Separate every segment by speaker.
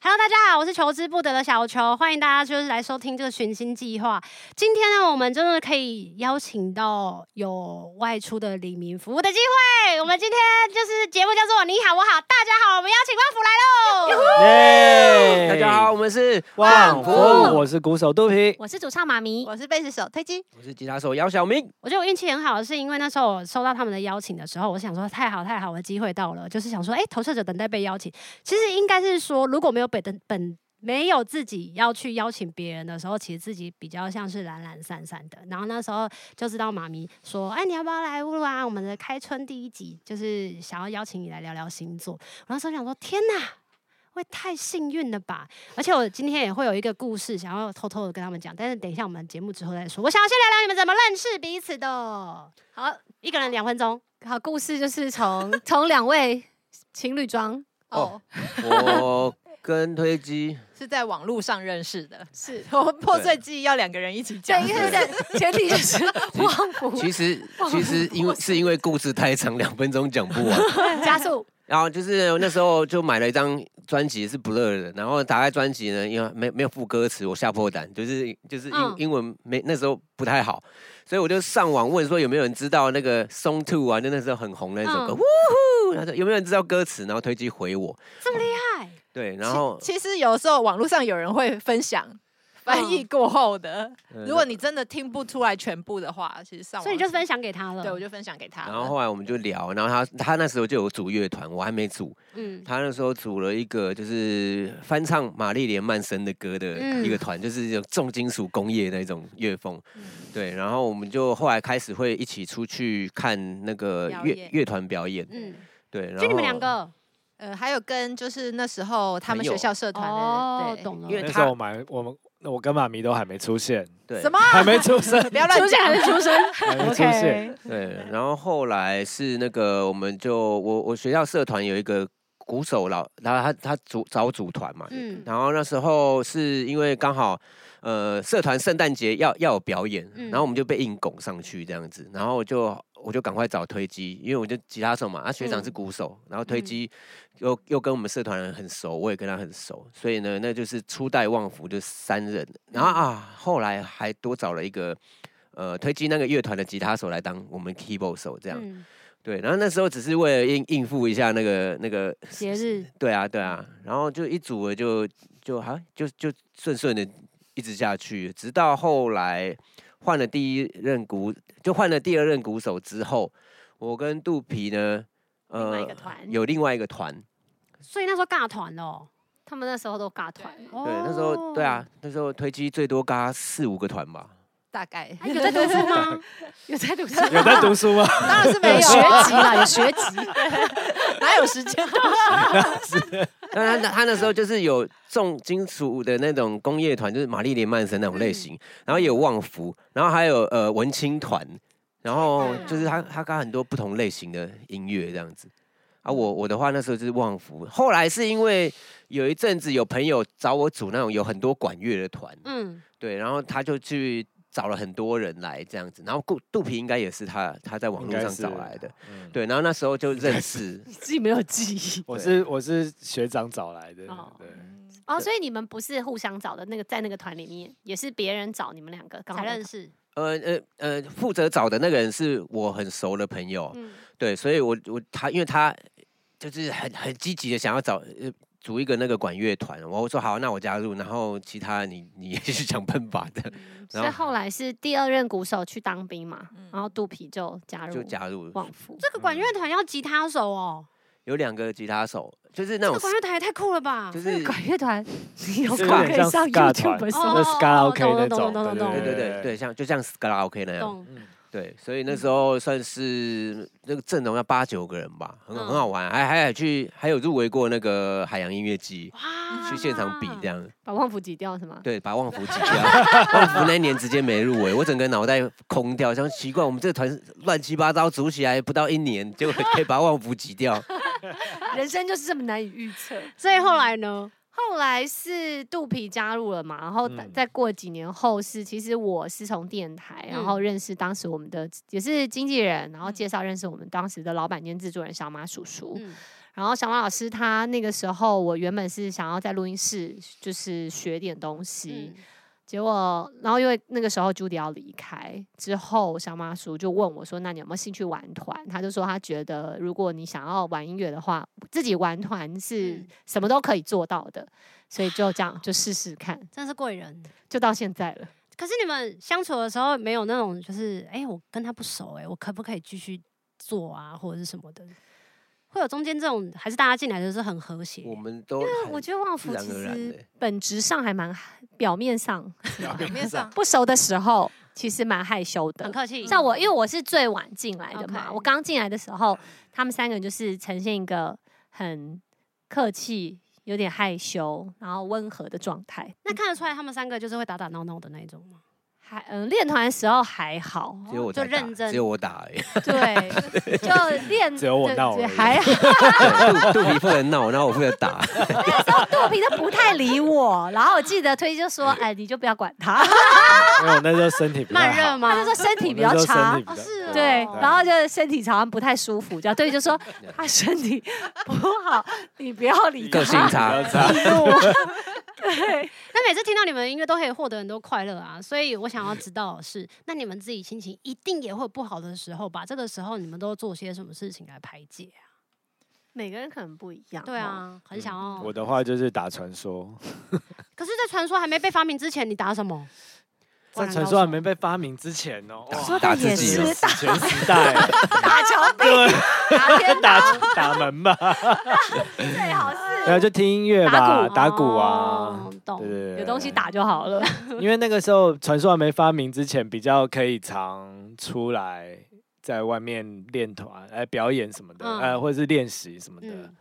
Speaker 1: Hello，大家好，我是求之不得的小球，欢迎大家就是来收听这个寻星计划。今天呢，我们真的可以邀请到有外出的李明服务的机会。我们今天就是节目叫做《你好我好大家好》，我们邀请万福来喽。
Speaker 2: 耶！
Speaker 3: 大家好，，我们是
Speaker 2: 旺福，
Speaker 1: 旺福
Speaker 2: 我是鼓手肚皮，
Speaker 1: 我是主唱妈咪，
Speaker 4: 我是贝斯手推机，
Speaker 3: 我是吉他手杨小明。
Speaker 1: 我觉得我运气很好，的是因为那时候我收到他们的邀请的时候，我想说太好太好，我的机会到了，就是想说，哎，投射者等待被邀请。其实应该是说，如果没有本本没有自己要去邀请别人的时候，其实自己比较像是懒懒散散的。然后那时候就知道妈咪说，哎，你要不要来录啊？我们的开春第一集就是想要邀请你来聊聊星座。我那时候想说，天哪！会太幸运了吧！而且我今天也会有一个故事想要偷偷的跟他们讲，但是等一下我们节目之后再说。我想要先聊聊你们怎么认识彼此的。
Speaker 4: 好
Speaker 1: 一个人两分钟，
Speaker 4: 好故事就是从从两位情侣装
Speaker 3: 哦
Speaker 4: 哦，
Speaker 3: 我跟推机，
Speaker 5: 是在网络上认识的，
Speaker 4: 是
Speaker 5: 我们破碎记忆要两个人一起讲
Speaker 4: 对，， 因为在前提就是旺福
Speaker 3: 其实其实因 为是因为故事太长，两分钟讲不完。
Speaker 4: 加速，
Speaker 3: 然后就是那时候就买了一张专辑是 Blur 的，然后打开专辑呢，因为没没有副歌词，我吓破胆，就是就是英、
Speaker 1: 嗯
Speaker 3: 英文没那时候不太好，所以我就上网问说有没有人知道那个 Song Two 啊，就那时候很红的那首歌，
Speaker 1: 嗯
Speaker 3: 呜呼，他说有没有人知道歌词，然后推机回我，
Speaker 1: 这么厉害，
Speaker 3: 对，然后
Speaker 5: 其其实有时候网络上有人会分享翻译过后 的，
Speaker 3: 嗯
Speaker 5: 如果你真的听不出来全部的话，其实上网
Speaker 1: 所以你就分享给他了。
Speaker 5: 对我就分享给他了，
Speaker 3: 然后后来我们就聊，然后他他那时候就有组乐团，我还没组。
Speaker 1: 嗯，
Speaker 3: 他那时候组了一个就是翻唱玛丽莲曼森的歌的
Speaker 1: 嗯
Speaker 3: 一个团，就是有重金属工业那种乐风。对，然后我们就后来开始会一起出去看那个
Speaker 5: 表
Speaker 3: 乐
Speaker 5: 演
Speaker 3: 乐团表演。
Speaker 1: 嗯，
Speaker 3: 对，然后
Speaker 1: 就你们两，个
Speaker 5: 呃，还有跟就是那时候他们
Speaker 3: 朋友
Speaker 5: 学校社团的人，对
Speaker 1: 懂了
Speaker 3: 因。为
Speaker 2: 那时
Speaker 3: 他
Speaker 2: 候我买我们。那我跟妈咪都还没出现，
Speaker 3: 对
Speaker 5: 什么？
Speaker 2: 还没出生，
Speaker 5: 不要乱
Speaker 4: 出现还
Speaker 5: 讲，
Speaker 4: 是出生？
Speaker 2: 还没出现。
Speaker 3: 对，然后后来是那个，我们就我我学校社团有一个鼓手老，然后他他组找组团嘛，
Speaker 1: 嗯
Speaker 3: 然后那时候是因为刚好，呃，社团圣诞节要要有表演，
Speaker 1: 嗯
Speaker 3: 然后我们就被硬拱上去这样子，然后我就我就赶快找推机，因为我就吉他手嘛，啊学长是鼓手，然后推
Speaker 1: 嗯
Speaker 3: 机又又跟我们社团人很熟，我也跟他很熟，所以呢，那就是初代旺福就三人，
Speaker 1: 嗯
Speaker 3: 然后啊后来还多找了一个。呃，推机那个乐团的吉他手来当我们 keyboard 手，这样、
Speaker 1: 嗯，
Speaker 3: 对。然后那时候只是为了应应付一下那个那个
Speaker 1: 节日
Speaker 3: 对啊，对啊，然后就一组了就，就好，就就顺顺的一直下去，直到后来换了第一任鼓，就换了第二任鼓手之后，我跟肚皮呢，
Speaker 4: 另外一个团
Speaker 3: 呃有另外一个团，
Speaker 1: 所以那时候尬团哦。
Speaker 4: 他们那时候都尬团，
Speaker 1: 对
Speaker 3: 对，那时候对
Speaker 4: 哦
Speaker 3: 啊，，那时候推机最多嘎四五个团吧，
Speaker 5: 大概
Speaker 1: 哎有在读书吗？
Speaker 4: 有在 读书，
Speaker 2: 有在读书吗？
Speaker 5: 当然是没
Speaker 4: 有
Speaker 5: 有
Speaker 4: 学
Speaker 5: 啊，
Speaker 4: 籍啦，有学籍，
Speaker 5: 哪有时 间？
Speaker 3: 但他他那时候就是有重金属的那种工业团，就是玛丽莲曼森那种类
Speaker 2: 嗯
Speaker 3: 型，然后也有旺福，然后还有呃文青团，然后
Speaker 2: 嗯
Speaker 3: 就是他他跟很多不同类型的音乐这样子。
Speaker 2: 嗯
Speaker 3: 啊，我我的话那时候就是旺福，后来是因为有一阵子有朋友找我组那种有很多管乐的团，
Speaker 1: 嗯，
Speaker 3: 对，然后他就去找了很多人来这样子，然后顾肚皮应该也是他他在网
Speaker 2: 应
Speaker 3: 络
Speaker 2: 该
Speaker 3: 上
Speaker 2: 是
Speaker 3: 找来的，
Speaker 2: 嗯，
Speaker 3: 对，然后那时候就认识，
Speaker 4: 你自己没有记忆
Speaker 2: 我是我是学长找来的
Speaker 4: 哦，
Speaker 2: 对，
Speaker 4: 哦。所以你们不是互相找的那个，在那个团里面也是别人找你们两个刚好
Speaker 1: 才认
Speaker 4: 识，
Speaker 1: 识。
Speaker 3: 呃呃呃，负责找的那个人是我很熟的朋友，
Speaker 4: 嗯，
Speaker 3: 对，所以我我他因为他就是很很积极的想要找呃组一个那个管乐团，我说好，那我加入，然后其他你你也去想办法的，
Speaker 1: 嗯
Speaker 4: 所以
Speaker 3: 然后
Speaker 4: 后来是第二任鼓手去当兵嘛，
Speaker 5: 嗯
Speaker 4: 然后肚皮就加入
Speaker 3: 就加入
Speaker 4: 旺 福，
Speaker 1: 这个管乐团要吉他手哦，
Speaker 3: 有两个吉他手，就是那
Speaker 1: 这
Speaker 3: 种
Speaker 1: 个管乐团也太酷了吧
Speaker 3: 就！是
Speaker 4: 管乐团，你有
Speaker 2: 是
Speaker 4: 空可
Speaker 2: 点
Speaker 4: 以
Speaker 2: 像
Speaker 4: 上
Speaker 2: ska
Speaker 4: YouTube
Speaker 2: 团
Speaker 4: 搜
Speaker 2: 那
Speaker 1: 哦
Speaker 2: ska OK
Speaker 1: 懂
Speaker 2: 那
Speaker 1: 懂
Speaker 2: 种，
Speaker 1: 懂懂懂
Speaker 3: 对对对对，像就像 s k a 拉 OK 那样，
Speaker 1: 懂，嗯
Speaker 3: 对，所以那时候算是那个阵容要八九个人吧，很很
Speaker 1: 嗯
Speaker 3: 好玩，还还有去还有入围过那个海洋音乐季。
Speaker 1: 哇
Speaker 3: 去现场比这样，
Speaker 4: 把旺福挤掉是吗？
Speaker 3: 对，把旺福挤掉。旺福那一年直接没入围，我整个脑袋空掉，想奇怪，我们这个团乱七八糟组起来不到一年， 结果可以把旺福挤掉。
Speaker 4: 人生就是这么难以预测。
Speaker 1: 所以后来呢？
Speaker 4: 后来是肚皮加入了嘛，然后
Speaker 2: 嗯
Speaker 4: 再过几年后是，其实我是从电台，然后认识当时我们的也是经纪人，然后介绍认识我们当时的老板兼制作人小马叔叔。
Speaker 1: 嗯
Speaker 4: 然后小马老师他那个时候，我原本是想要在录音室就是学点东西，
Speaker 1: 嗯
Speaker 4: 结果然后因为那个时候 Judy 要离开之后，小马叔就问我说：“那你有没有兴趣玩团？”他就说他觉得如果你想要玩音乐的话，自己玩团是
Speaker 1: 嗯
Speaker 4: 什么都可以做到的，所以就这样就试试看，
Speaker 1: 真是贵人。
Speaker 4: 就到现在了。
Speaker 1: 可是你们相处的时候没有那种就是，哎、我跟他不熟、哎，我可不可以继续做啊，或者是什么的？会有中间这种，还是大家进来的时候很和谐？
Speaker 3: 我们都很
Speaker 4: 我觉得旺
Speaker 3: 自
Speaker 4: 福
Speaker 3: 然
Speaker 4: 其
Speaker 3: 而然的
Speaker 4: 实本质上还蛮表面上
Speaker 5: 表面上
Speaker 4: 不熟的时候，其实蛮害羞的
Speaker 1: 很。客气，
Speaker 4: 像我，因为我是最晚进来的嘛
Speaker 1: 嗯 OK
Speaker 4: 我刚进来的时候，他们三个人就是呈现一个很客气、有点害羞，然后温和的状态。
Speaker 1: 那看得出来他们三个就是会打打闹闹的那一种吗？
Speaker 4: 还嗯，练团的时候还好，
Speaker 3: 只有我
Speaker 1: 就
Speaker 3: 在打
Speaker 1: 认真
Speaker 3: 只有我打而已，
Speaker 4: 对，就练
Speaker 2: 只有我
Speaker 4: 对
Speaker 2: 闹
Speaker 4: 对
Speaker 2: 而已
Speaker 4: 还好，
Speaker 3: 对肚肚皮负责闹，然后我负责打，
Speaker 4: 肚皮他不太理我，然后我记得推就说，哎，你就不要管他，
Speaker 2: 因为我那时候身体不
Speaker 1: 慢
Speaker 2: 太
Speaker 1: 热
Speaker 2: 好，
Speaker 1: 吗？
Speaker 4: 他就说身体比较
Speaker 2: 我那时候
Speaker 4: 差
Speaker 2: 身体。比较
Speaker 1: 哦是哦
Speaker 4: 对，
Speaker 1: 对
Speaker 4: 然后就身体常常不太舒服，这样对就说他身体不好，你不要理他
Speaker 3: 个。性差
Speaker 2: 比较。差，
Speaker 1: 那每次听到你们的音乐都可以获得很多快乐啊，所以我想要知道的是，那你们自己心情一定也会有不好的时候吧？这个时候你们都做些什么事情来排解啊？
Speaker 4: 每个人可能不一样，哦
Speaker 1: 对，啊，很想要。
Speaker 2: 我的话就是打传说，
Speaker 1: 可是，在传说还没被发明之前，你打什么？
Speaker 2: 在传说还没被发明之前哦，哇，
Speaker 3: 打
Speaker 4: 也
Speaker 3: 自己
Speaker 4: 是
Speaker 3: 哦，
Speaker 2: 打全时代
Speaker 4: 打墙壁，打天
Speaker 2: 打打门吧，
Speaker 4: 最好是
Speaker 2: 然后就听音乐吧，
Speaker 1: 打
Speaker 2: 打
Speaker 1: 鼓
Speaker 2: 鼓啊
Speaker 1: 哦，懂
Speaker 2: 对对对，对
Speaker 4: 有东西打就好了。
Speaker 1: 嗯
Speaker 2: 因为那个时候传说还没发明之前，比较可以常出来在外面练团、哎、表演什么的，
Speaker 1: 嗯
Speaker 2: 呃，或者是练习什么的。
Speaker 1: 嗯，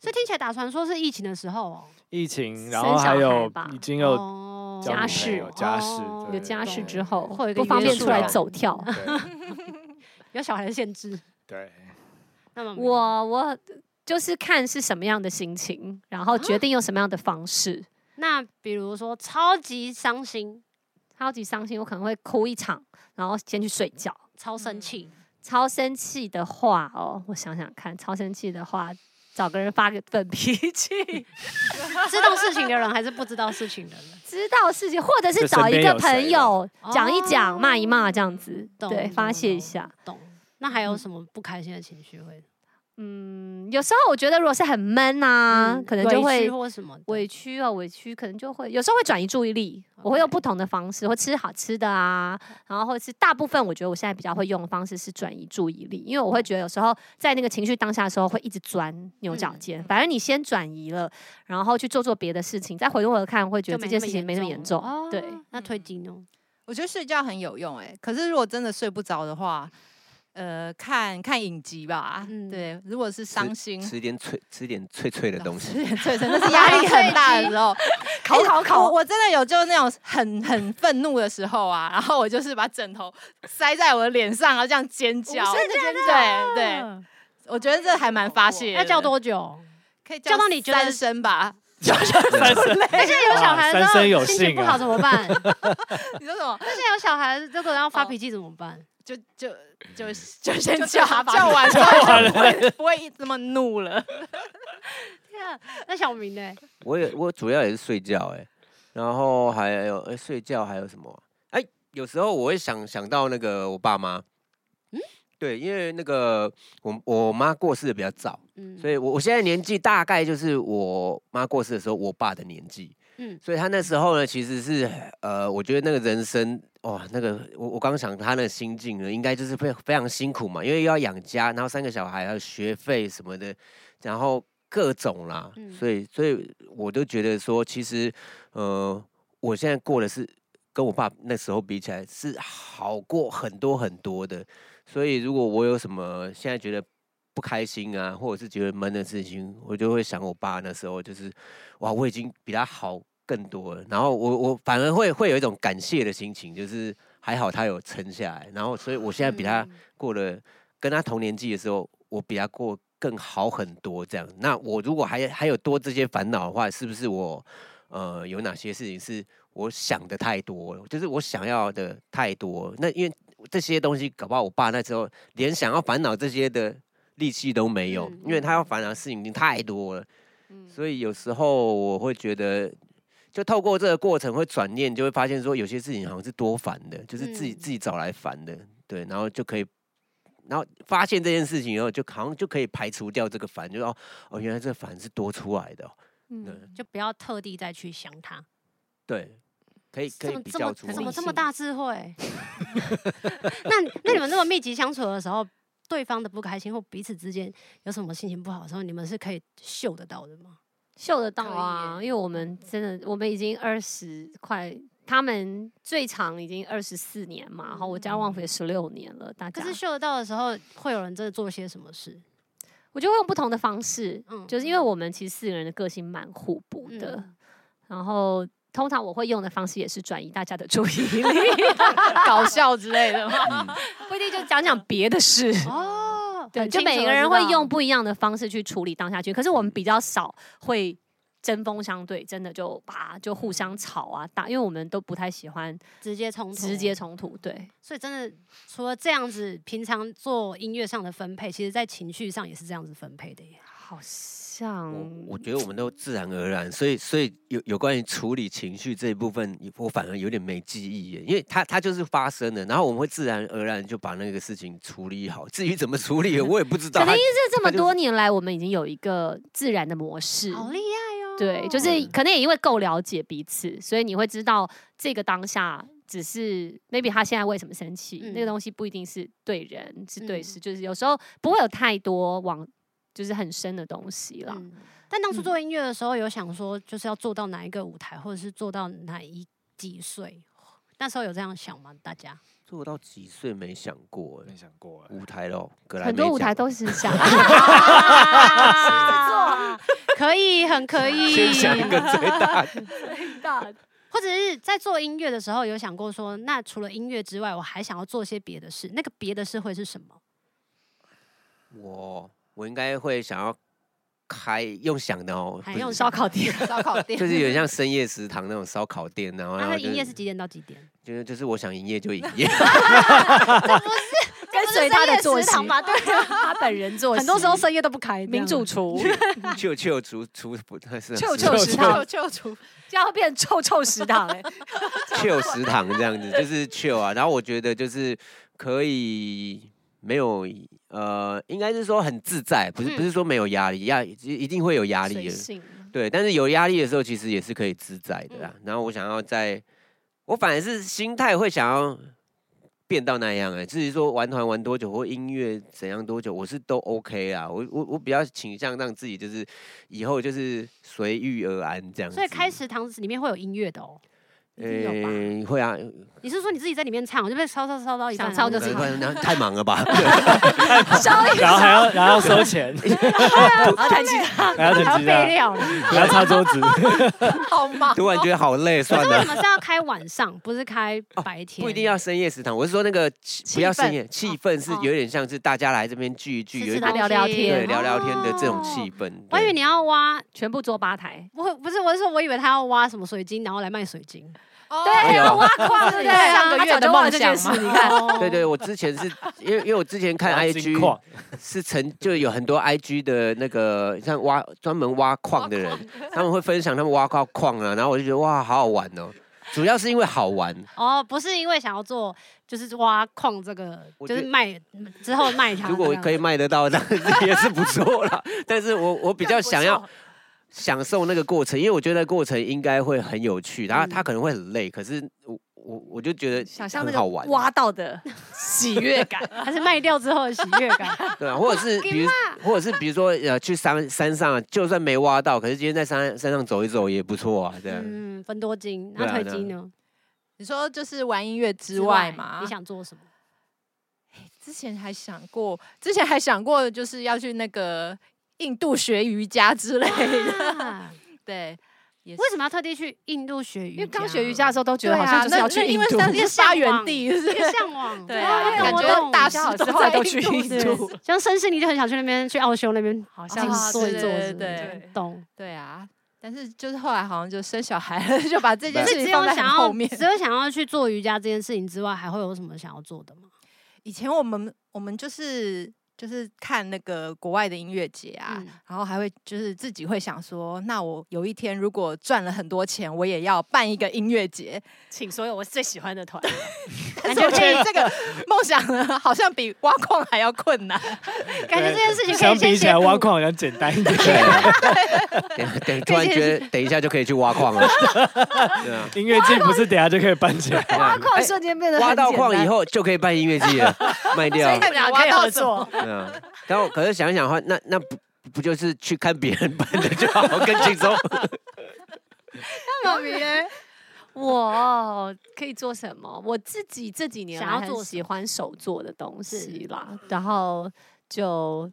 Speaker 1: 所以听起来打传说是疫情的时候哦，
Speaker 2: 疫情，然
Speaker 4: 生
Speaker 2: 后
Speaker 4: 小
Speaker 2: 还
Speaker 4: 孩
Speaker 2: 有
Speaker 4: 吧
Speaker 2: 已经有
Speaker 1: 有
Speaker 2: 交
Speaker 4: 家
Speaker 2: 女朋
Speaker 4: 事
Speaker 2: 友家事，
Speaker 4: 有
Speaker 1: 哦
Speaker 2: 对
Speaker 4: 家事
Speaker 1: 懂
Speaker 4: 之后，
Speaker 1: 会有一个
Speaker 4: 不方
Speaker 1: 约
Speaker 4: 便
Speaker 1: 束
Speaker 4: 出来
Speaker 1: 感
Speaker 4: 走跳。
Speaker 2: 对
Speaker 1: 有小孩的限制。
Speaker 2: 对，
Speaker 1: 那么
Speaker 4: 我我就是看是什么样的心情，然
Speaker 1: 啊
Speaker 4: 后决定用什么样的方式。
Speaker 1: 那比如说超级伤心、
Speaker 4: 超级伤心，我可能会哭一场，然后先去睡觉。
Speaker 1: 超生气，
Speaker 4: 超生气的话，哦，我想想看，超生气的话，找个人发个粉脾气，
Speaker 1: 知道事情的人还是不知道事情的人，
Speaker 4: 知道事情，或者是
Speaker 2: 就身
Speaker 4: 找一
Speaker 2: 边
Speaker 4: 个
Speaker 2: 有
Speaker 4: 朋
Speaker 2: 谁
Speaker 4: 友讲一
Speaker 1: 哦
Speaker 4: 讲，骂一骂，这样子，
Speaker 1: 懂
Speaker 4: 对，
Speaker 1: 懂
Speaker 4: 发泄一
Speaker 1: 懂
Speaker 4: 下。
Speaker 1: 懂？那还有什么不开心的情绪会？
Speaker 4: 嗯，有时候我觉得如果是很闷啊，
Speaker 1: 嗯
Speaker 4: 可能就
Speaker 1: 委屈
Speaker 4: 会
Speaker 1: 或什么的
Speaker 4: 委屈啊，委屈可能就会有时候会转移注意力，我会用不同的方式，或吃好吃的啊，然后或是大部分我觉得我现在比较会用的方式是转移注意力，因为我会觉得有时候在那个情绪当下的时候会一直钻牛角尖，反正你先转移了，然后去做做别的事情，再回头看会觉得这件事情没那么严重，
Speaker 1: 哦
Speaker 4: 对，
Speaker 1: 那推金哦，
Speaker 5: 我觉得睡觉很有用哎、可是如果真的睡不着的话，呃，看看影集吧。
Speaker 1: 嗯
Speaker 5: 对，如果是伤心，
Speaker 3: 吃点脆吃点脆脆的东西，
Speaker 5: 对，真的是压力很大的时候，
Speaker 4: 烤烤
Speaker 5: 我
Speaker 4: 烤，
Speaker 5: 我真的有就是那种很很愤怒的时候啊，然后我就是把枕头塞在我的脸上，然后这样尖叫，对对，
Speaker 1: 嗯
Speaker 5: 我觉得这还蛮发泄的。
Speaker 1: 要叫多久？
Speaker 5: 可以
Speaker 1: 叫到你觉得
Speaker 5: 三声吧？
Speaker 2: 三生
Speaker 1: 而且有小孩的
Speaker 2: 三生
Speaker 1: 时候
Speaker 2: 有
Speaker 1: 心情
Speaker 2: 幸
Speaker 1: 不好
Speaker 2: 啊，
Speaker 1: 怎么办？而
Speaker 5: 你说什么？
Speaker 1: 且有小孩这个要发
Speaker 5: 哦
Speaker 1: 脾气怎么 办？
Speaker 5: 就就就
Speaker 3: 嗯
Speaker 5: 就先
Speaker 4: 就
Speaker 5: 叫
Speaker 4: 叫他吧
Speaker 5: 叫完之后就不会不会这么怒了。
Speaker 1: 天啊，那小明呢？
Speaker 3: 我也我主要也是睡觉哎、然后还有哎、睡觉还有什么啊？哎、有时候我会想想到那个我爸妈，
Speaker 1: 嗯
Speaker 3: 对，因为那个我我妈过世的比较早，
Speaker 1: 嗯，
Speaker 3: 所以我我现在年纪大概就是我妈过世的时候我爸的年纪，
Speaker 1: 嗯
Speaker 3: 嗯，所以他那时候呢其实是呃，我觉得那个人生哇，那个我我刚想他那个心境呢，应该就是非非常辛苦嘛，因为要养家，然后三个小孩，还有学费什么的，然后各种啦，
Speaker 1: 嗯
Speaker 3: 所以所以我都觉得说，其实呃，我现在过的是跟我爸那时候比起来是好过很多很多的，所以如果我有什么现在觉得不开心啊，或者是觉得闷的事情，我就会想我爸那时候，就是哇，我已经比他好更多了。然后我我反而会会有一种感谢的心情，就是还好他有撑下来。然后所以我现在比他
Speaker 1: 嗯
Speaker 3: 过得、跟他同年纪的时候，我比他过更好很多。这样，那我如果还还有多这些烦恼的话，是不是我呃有哪些事情是我想的太多了，就是我想要的太多？那因为这些东西，搞不好我爸那时候连想要烦恼这些的力气都没有，
Speaker 1: 嗯
Speaker 3: 因为他要烦恼的事情已经太多了。
Speaker 4: 嗯
Speaker 3: 所以有时候我会觉得，就透过这个过程会转念，就会发现说有些事情好像是多烦的，就是自己、
Speaker 1: 嗯
Speaker 3: 自己找来烦的，对，然后就可以。然后发现这件事情以后，就好像就可以排除掉这个烦，就哦哦，原来这个烦是多出来的哦、
Speaker 4: 嗯，
Speaker 1: 就不要特地再去想它。
Speaker 3: 对，可以可
Speaker 1: 怎
Speaker 3: 以
Speaker 1: 么
Speaker 3: 比
Speaker 1: 这
Speaker 3: 较
Speaker 1: 么
Speaker 3: 出来。
Speaker 1: 怎么这么
Speaker 4: 性
Speaker 1: 大智 慧？ 那你那你们那么密集相处的时候，对方的不开心或彼此之间有什么心情不好的时候，你们是可以嗅得到的吗？
Speaker 4: 嗅得到
Speaker 5: 可以
Speaker 4: 啊，因为我们真的，我们已经二十快，他们最长已经二十四年嘛，然后我家旺福也十六年了，大
Speaker 1: 嗯可
Speaker 4: 家
Speaker 1: 是嗅得到的时候，会有人真的做些什么事？
Speaker 4: 我觉得会用不同的方式，
Speaker 1: 嗯
Speaker 4: 就是因为我们其实四个人的个性蛮互补的，然后通常我会用的方式也是转移大家的注意 力，
Speaker 5: 搞笑之类的吗？
Speaker 4: 不一定就讲讲别的事。
Speaker 1: 哦，
Speaker 4: 对，
Speaker 1: 很
Speaker 4: 就
Speaker 1: 清
Speaker 4: 每
Speaker 1: 楚
Speaker 4: 个
Speaker 1: 地
Speaker 4: 人
Speaker 1: 知
Speaker 4: 会
Speaker 1: 道
Speaker 4: 用不一样的方式去处理当下去，可是我们比较少会针锋相对，真的就啪就互
Speaker 1: 嗯
Speaker 4: 相吵啊打，因为我们都不太喜欢
Speaker 1: 直接冲突，
Speaker 4: 直接冲突。对，
Speaker 1: 所以真的，除了这样子，平常做音乐上的分配，其实在情绪上也是这样子分配的耶。
Speaker 4: 好像
Speaker 3: 我我觉得我们都自然而然，所以所以有有关于处理情绪这一部分，我反而有点没记忆耶，因为它它就是发生了，然后我们会自然而然就把那个事情处理好。至于怎么处 理，我也不知道。
Speaker 4: 可能
Speaker 3: 它
Speaker 4: 因为这这么
Speaker 3: 他就是
Speaker 4: 多年来，我们已经有一个自然的模式，
Speaker 1: 好厉害哦！
Speaker 4: 对，就是
Speaker 3: 对
Speaker 4: 可能也因为够了解彼此，所以你会知道这个当下只是 maybe 他现在为什么生气，那
Speaker 1: 嗯
Speaker 4: 个东西不一定是对人，是对
Speaker 1: 嗯
Speaker 4: 事，就是有时候不会有太多往就是很深的东西了。
Speaker 1: 嗯。但当初做音乐的时候，有想说就是要做到哪一个舞台，或者是做到哪一几岁？那时候有这样想吗？大家？
Speaker 3: 做到几岁没想过
Speaker 2: 没
Speaker 3: 耶
Speaker 2: 想
Speaker 1: 哦
Speaker 2: 过哎，
Speaker 3: 舞台咯，格莱
Speaker 4: 很
Speaker 3: 美
Speaker 4: 多舞
Speaker 3: 奖
Speaker 4: 台都是 想，
Speaker 1: 啊、可以，很可以。
Speaker 3: 先想一个最大的。
Speaker 1: 或者是在做音乐的时候，有想过说，那除了音乐之外，我还想要做些别的事。那个别的事会是什么？
Speaker 3: 我我应该会想要开用想的哦，
Speaker 1: 还
Speaker 3: 不是
Speaker 1: 用
Speaker 4: 哎烧烤 店，
Speaker 1: 啊
Speaker 5: 烧烤店
Speaker 3: 就是有点像深夜食堂那种烧烤店，啊然后
Speaker 1: 那
Speaker 3: 然后
Speaker 1: 它
Speaker 3: 就
Speaker 1: 营业是几点到几点？
Speaker 3: 就是就是我想营业就营 业。
Speaker 4: 跟随他的作息
Speaker 1: 这不是深夜食堂吧
Speaker 4: 对，啊 他本人作息，
Speaker 1: 很多时候深夜都不开。
Speaker 4: 民 主厨，
Speaker 3: 舅舅厨厨不是
Speaker 4: 臭
Speaker 3: 是
Speaker 4: 臭食 堂，
Speaker 5: 臭厨，
Speaker 4: 这样会变臭臭食堂哎，
Speaker 3: chill 食堂这样子，就是 chill 啊。然后我觉得就是可以没有呃，应该是说很自在，不是
Speaker 1: 嗯
Speaker 3: 不是说没有压力，压一定会有压力
Speaker 4: 随
Speaker 3: 的。
Speaker 4: 性
Speaker 3: 对，但是有压力的时候，其实也是可以自在的啦。
Speaker 1: 嗯
Speaker 3: 然后我想要在，我反而是心态会想要变到那样哎、至于说玩团玩多久或音乐怎样多久，我是都 OK 啊。我我我比较倾向让自己就是以后就是随遇而安这样子。
Speaker 1: 所以开食堂里面会有音乐的哦。一定有吧
Speaker 3: 嗯、会啊，
Speaker 1: 你是说你自己在里面唱，我就被抄抄抄到一半，
Speaker 4: 想抄就
Speaker 3: 可
Speaker 4: 是
Speaker 3: 能
Speaker 4: 唱
Speaker 3: 可能太忙了吧？
Speaker 2: 然后还要然后收 钱，
Speaker 4: 啊，弹吉他，
Speaker 2: 还要
Speaker 1: 然后
Speaker 2: 等吉
Speaker 1: 备
Speaker 2: 他，
Speaker 1: 料了。
Speaker 2: 还要擦桌子。
Speaker 5: 好忙。
Speaker 3: 突然觉得好累，算
Speaker 1: 为
Speaker 3: 了
Speaker 1: 什。哎么是要开晚上，不是开白天？
Speaker 3: 哦不一定啊要深夜食堂，我是说那个气不要深夜，气氛是
Speaker 1: 哦
Speaker 3: 有点像是大家来这边聚一聚，
Speaker 1: 吃
Speaker 3: 有
Speaker 1: 吃
Speaker 3: 一
Speaker 1: 东
Speaker 3: 点
Speaker 1: 西
Speaker 4: 聊聊天
Speaker 3: 对聊聊天的这种
Speaker 1: 哦
Speaker 3: 气氛。
Speaker 1: 我以
Speaker 3: 对
Speaker 1: 为你要挖，
Speaker 4: 全部坐吧台。
Speaker 1: 我不是我是说，我以为他要挖什么水晶，然后来卖水晶。
Speaker 4: 啊
Speaker 5: 对
Speaker 3: 哎呦
Speaker 4: 挖矿，对不
Speaker 5: 对
Speaker 4: 上个
Speaker 5: 他
Speaker 4: 月
Speaker 5: 早
Speaker 4: 的
Speaker 5: 就
Speaker 4: 梦
Speaker 5: 忘了这
Speaker 4: 想
Speaker 5: 件
Speaker 4: 嘛
Speaker 5: 事
Speaker 4: 你看，
Speaker 1: 看
Speaker 3: 对对，我之前是因为因为我之前看
Speaker 2: 然后金
Speaker 3: IG
Speaker 2: 矿
Speaker 3: 是成就有很多 IG 的那个像挖专门挖矿的人，他们会分享他们挖到矿啊，然后我就觉得哇，好好玩哦。主要是因为好玩，
Speaker 1: 哦，不是因为想要做，就是挖矿这个，
Speaker 3: 我
Speaker 1: 就
Speaker 3: 觉
Speaker 1: 是
Speaker 3: 得
Speaker 1: 卖之后卖它。
Speaker 3: 如果可以，卖得到，那 也是不错啦。但是我我比较想要享受那个过程，因为我觉得那个过程应该会很有趣，然后他可能会很累，可是我我我就觉得
Speaker 4: 想象那
Speaker 3: 很
Speaker 4: 个
Speaker 3: 好玩，
Speaker 4: 挖到的喜悦感，
Speaker 1: 还是卖掉之后的喜悦 感。
Speaker 3: 对啊，或者是比如，或者是比如说呃，去山山上，就算没挖到，可是今天在山山上走一走也不错啊，这样。
Speaker 1: 嗯，分多金，那
Speaker 3: 对啊
Speaker 1: 退
Speaker 3: 对啊
Speaker 1: 金呢？
Speaker 5: 你说就是玩音乐之外嘛？
Speaker 1: 你想做什么？
Speaker 5: 之前还想过，之前还想过就是要去那个印度学瑜伽之类的。
Speaker 1: 啊
Speaker 5: 对，也
Speaker 1: 为什么要特地去印度学瑜伽？
Speaker 4: 因为刚学瑜伽的时候都觉得
Speaker 5: 对
Speaker 4: 好
Speaker 5: 啊
Speaker 4: 像就是
Speaker 5: 那
Speaker 4: 要
Speaker 5: 那
Speaker 4: 去印
Speaker 5: 因为
Speaker 4: 度，
Speaker 5: 三
Speaker 1: 因为
Speaker 5: 是发
Speaker 1: 向
Speaker 5: 源
Speaker 1: 往
Speaker 5: 地，是不
Speaker 1: 一个
Speaker 5: 是？
Speaker 1: 向往，
Speaker 5: 对
Speaker 1: 啊，
Speaker 5: 啊
Speaker 1: 我懂
Speaker 5: 感
Speaker 1: 我
Speaker 5: 觉
Speaker 1: 懂
Speaker 5: 大
Speaker 4: 师
Speaker 5: 师都 在
Speaker 4: 都
Speaker 5: 印
Speaker 4: 去
Speaker 5: 度
Speaker 4: 印
Speaker 5: 是不
Speaker 4: 度
Speaker 5: 是
Speaker 1: 像绅士，你就很想去那边去奥修那边
Speaker 4: 好
Speaker 1: 静
Speaker 5: 像是
Speaker 1: 坐一坐
Speaker 5: 对
Speaker 1: 之类的，
Speaker 5: 对对
Speaker 1: 懂。
Speaker 5: 对啊，但是就是后来好像就生小孩了， 就把这件
Speaker 1: 可
Speaker 5: 事
Speaker 1: 是只
Speaker 5: 情
Speaker 1: 有
Speaker 5: 放在
Speaker 1: 想
Speaker 5: 很
Speaker 1: 要
Speaker 5: 后面。
Speaker 1: 只有想要去做瑜伽这件事情之外，还会有什么想要做的吗？
Speaker 5: 以前我们我们就是就是看那个国外的音乐节啊，
Speaker 1: 嗯
Speaker 5: 然后还会就是自己会想说，那我有一天如果赚了很多钱，我也要办一个音乐 节。
Speaker 4: 请所有我最喜欢的团，
Speaker 5: 但是我觉得这个梦想呢，好像比挖矿还要困难。
Speaker 1: 感觉这件事情可
Speaker 2: 相
Speaker 1: 以先
Speaker 2: 比起
Speaker 1: 写
Speaker 2: 来，挖
Speaker 1: 苦
Speaker 2: 矿好像简单 一点，
Speaker 3: 对，等等，突然觉得等一下就可以去挖矿了。对啊，
Speaker 2: 音乐季不是等下就可以办 起来。
Speaker 3: 挖
Speaker 4: 矿瞬间变得
Speaker 3: 哎挖
Speaker 4: 很
Speaker 3: 到
Speaker 4: 简
Speaker 3: 矿以
Speaker 4: 单，
Speaker 3: 后就可以办音乐季了，卖掉。
Speaker 4: 我们俩可以合作，
Speaker 3: 对啊，但我可是想一想的话，那那不不就是去看别人办的就好，更轻松。
Speaker 5: 妈咪嘞，
Speaker 4: 我可以做什么？我自己这几年
Speaker 1: 想
Speaker 4: 来
Speaker 1: 要
Speaker 4: 很
Speaker 1: 做什
Speaker 4: 喜欢手做的东西
Speaker 1: 是
Speaker 4: 啦，然后就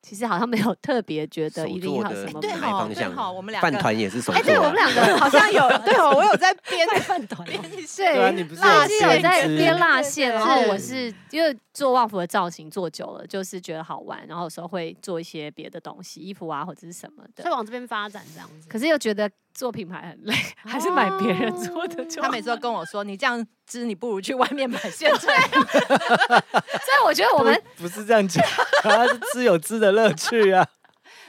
Speaker 4: 其实好像没有特别觉
Speaker 3: 手
Speaker 4: 得一定
Speaker 3: 做
Speaker 4: 要
Speaker 3: 的
Speaker 4: 什么
Speaker 5: 对
Speaker 3: 哪
Speaker 5: 吼
Speaker 3: 方
Speaker 5: 对
Speaker 3: 向
Speaker 5: 吼我们两
Speaker 3: 饭
Speaker 5: 个
Speaker 3: 团也是手做啊
Speaker 4: 哎，
Speaker 3: 的。
Speaker 4: 对我们两个好 像有
Speaker 5: 对哦，我有在 编
Speaker 1: 饭团吗，
Speaker 5: 哦
Speaker 4: 对
Speaker 2: 对啊，你不是
Speaker 5: 辣
Speaker 4: 辣
Speaker 5: 线
Speaker 4: 线有在
Speaker 2: 编织
Speaker 4: 编蜡线，
Speaker 5: 对
Speaker 4: 然后
Speaker 1: 是
Speaker 4: 我是因为做旺福的造型做久了，就是觉得好玩，然后有时候会做一些别的东西，衣服啊或者是什么
Speaker 1: 再
Speaker 4: 的。
Speaker 1: 往这边发展这样子。
Speaker 4: 可是又觉得做品牌 很累，还是买别人做的就
Speaker 1: 哦
Speaker 5: 他
Speaker 4: 好。
Speaker 5: 每次都跟我说，你这样织，你不如去外面买现成。
Speaker 4: 所以我觉得我们
Speaker 2: 不是这样讲， 它是自有自的乐趣啊。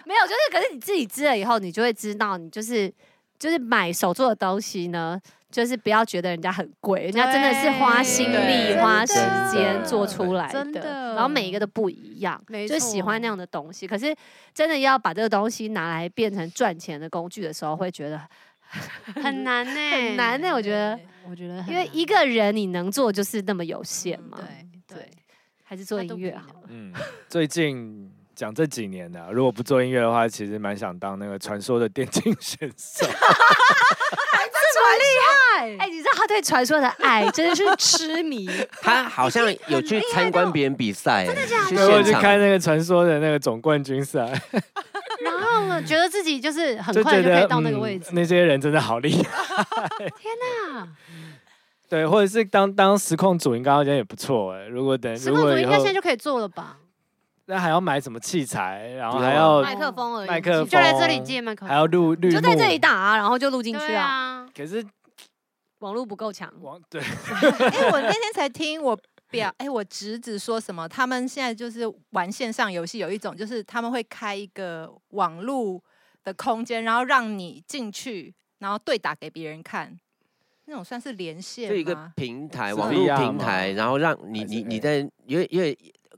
Speaker 4: 没有，就是可是你自己织了以后，你就会知道，你就是就是买手做的东西呢，就是不要觉得人家很贵，人家真的是花心力、
Speaker 3: 对
Speaker 4: 花时
Speaker 1: 真的
Speaker 4: 间做出来
Speaker 1: 真
Speaker 4: 的，
Speaker 1: 的
Speaker 4: 然后每一个都不一样。
Speaker 1: 没
Speaker 4: 就喜欢那
Speaker 1: 样，
Speaker 4: 样的东西，可是真的要把这个东西拿来变成赚钱的工具的时候，会觉得
Speaker 1: 嗯很难欸呢、
Speaker 4: 很难呢、我觉得，
Speaker 1: 我觉得很
Speaker 4: 因为
Speaker 1: 难
Speaker 4: 一个人你能做就是那么有限嘛。
Speaker 5: 嗯对
Speaker 4: 对，还是做音乐好。
Speaker 1: 了。
Speaker 2: 嗯， 最近讲这几年的、如果不做音乐的话，其实蛮想当那个传说的电竞选 手。
Speaker 4: 哎、你知道他对传说的爱真的是痴 迷，
Speaker 3: 他
Speaker 1: 哦
Speaker 3: 好像有去参观别人比赛，去
Speaker 2: 对，我
Speaker 3: 现
Speaker 2: 去看
Speaker 3: 场。
Speaker 2: 那个传说的那个总冠军赛，
Speaker 1: 然后呢，觉得自己就是很
Speaker 2: 就
Speaker 1: 快
Speaker 2: 觉
Speaker 1: 就可
Speaker 2: 得
Speaker 1: 以到那个位置
Speaker 2: 嗯、。那些人真的好厉 害。
Speaker 1: 那
Speaker 2: 对，或者是当当实况主，应该好像也不错哎、如果等
Speaker 1: 实
Speaker 2: 如
Speaker 1: 况
Speaker 2: 果
Speaker 1: 组
Speaker 2: 以
Speaker 1: 应该
Speaker 2: 后
Speaker 1: 现在就可以做了吧？
Speaker 2: 那还要买什么器材，然后
Speaker 3: 不用
Speaker 2: 还
Speaker 3: 啊
Speaker 2: 要
Speaker 1: 麦克风
Speaker 4: 而
Speaker 2: 麦克
Speaker 1: 你就来这里借麦克
Speaker 2: 啊还
Speaker 1: 风，
Speaker 2: 要 录绿幕，
Speaker 4: 就在这里打、啊，然后就录进去
Speaker 1: 对
Speaker 4: 啊。
Speaker 1: 啊，
Speaker 2: 可是
Speaker 4: 网络不够强，
Speaker 2: 王对
Speaker 5: 哎、我那天才听我表，哎、我侄子说什么？他们现在就是玩线上游戏，有一种就是他们会开一个网络的空间，然后让你进去，然后对打给别人看，那种算是连线
Speaker 3: 就一个
Speaker 1: 啊
Speaker 5: 吗？
Speaker 3: 平台，
Speaker 2: 是
Speaker 3: 网
Speaker 2: VR
Speaker 3: 络
Speaker 2: 吗
Speaker 3: 平台，然后让你
Speaker 2: 还是哎
Speaker 3: 你
Speaker 2: A
Speaker 3: 你在，因为因为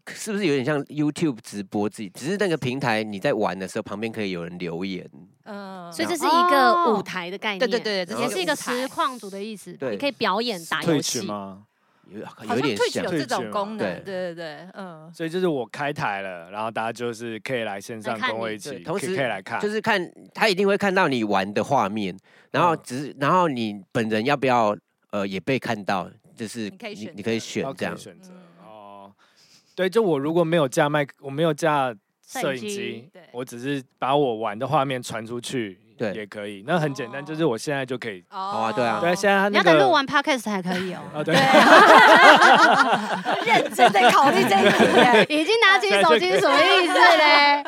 Speaker 3: 是不是有点像 YouTube 直播自己？只是那个平台你在玩的时候，旁边可以有人留言，
Speaker 5: 嗯、
Speaker 4: 所以这
Speaker 5: 是
Speaker 4: 是一个
Speaker 1: 哦
Speaker 4: 舞台的概念。
Speaker 5: 对对，对，这
Speaker 3: 然
Speaker 1: 也
Speaker 3: 后
Speaker 1: 是一个
Speaker 5: 舞台
Speaker 1: 实况组的意思吧。
Speaker 3: 对
Speaker 4: 你可以表演打游
Speaker 2: 退
Speaker 4: 戏
Speaker 2: 群。吗？
Speaker 3: 有
Speaker 5: 好
Speaker 3: 有
Speaker 5: 像
Speaker 3: 点
Speaker 5: 退
Speaker 3: 像
Speaker 5: 有。这种
Speaker 2: Twitch
Speaker 5: 功能，
Speaker 3: 嘛
Speaker 5: 对对对，嗯，
Speaker 2: 所以就是我开台了，然后大家就是可以来线上
Speaker 1: 来看
Speaker 2: 跟我
Speaker 1: 你
Speaker 2: 一起，
Speaker 3: 对同
Speaker 2: 可以
Speaker 3: 时
Speaker 2: 可以来看，
Speaker 3: 就是看他一定会看到你玩的画面，然后
Speaker 2: 嗯
Speaker 3: 只是然后你本人要不要呃也被看到，就是
Speaker 5: 你可以选
Speaker 3: 你可
Speaker 5: 择
Speaker 3: 以选
Speaker 2: 然后
Speaker 3: 这
Speaker 2: 可以
Speaker 3: 样，
Speaker 2: 选择
Speaker 5: 嗯
Speaker 2: 哦。对，就我如果没有架麦克，我没有架摄
Speaker 1: 摄
Speaker 2: 影
Speaker 1: 影
Speaker 2: 机
Speaker 1: 机
Speaker 5: 对，
Speaker 2: 我只是把我玩的画面传出去，
Speaker 3: 对
Speaker 2: 也可以。那很简单，就是我现在就可以。
Speaker 5: 哦，
Speaker 3: 啊对啊
Speaker 2: 对，现在他
Speaker 1: 你要
Speaker 2: 那
Speaker 1: 等录
Speaker 2: 个
Speaker 1: 完 podcast 才可 以哦。
Speaker 2: 啊，对，
Speaker 4: 认真在考虑这一题。
Speaker 1: 已经拿起手机是什么意思 嘞？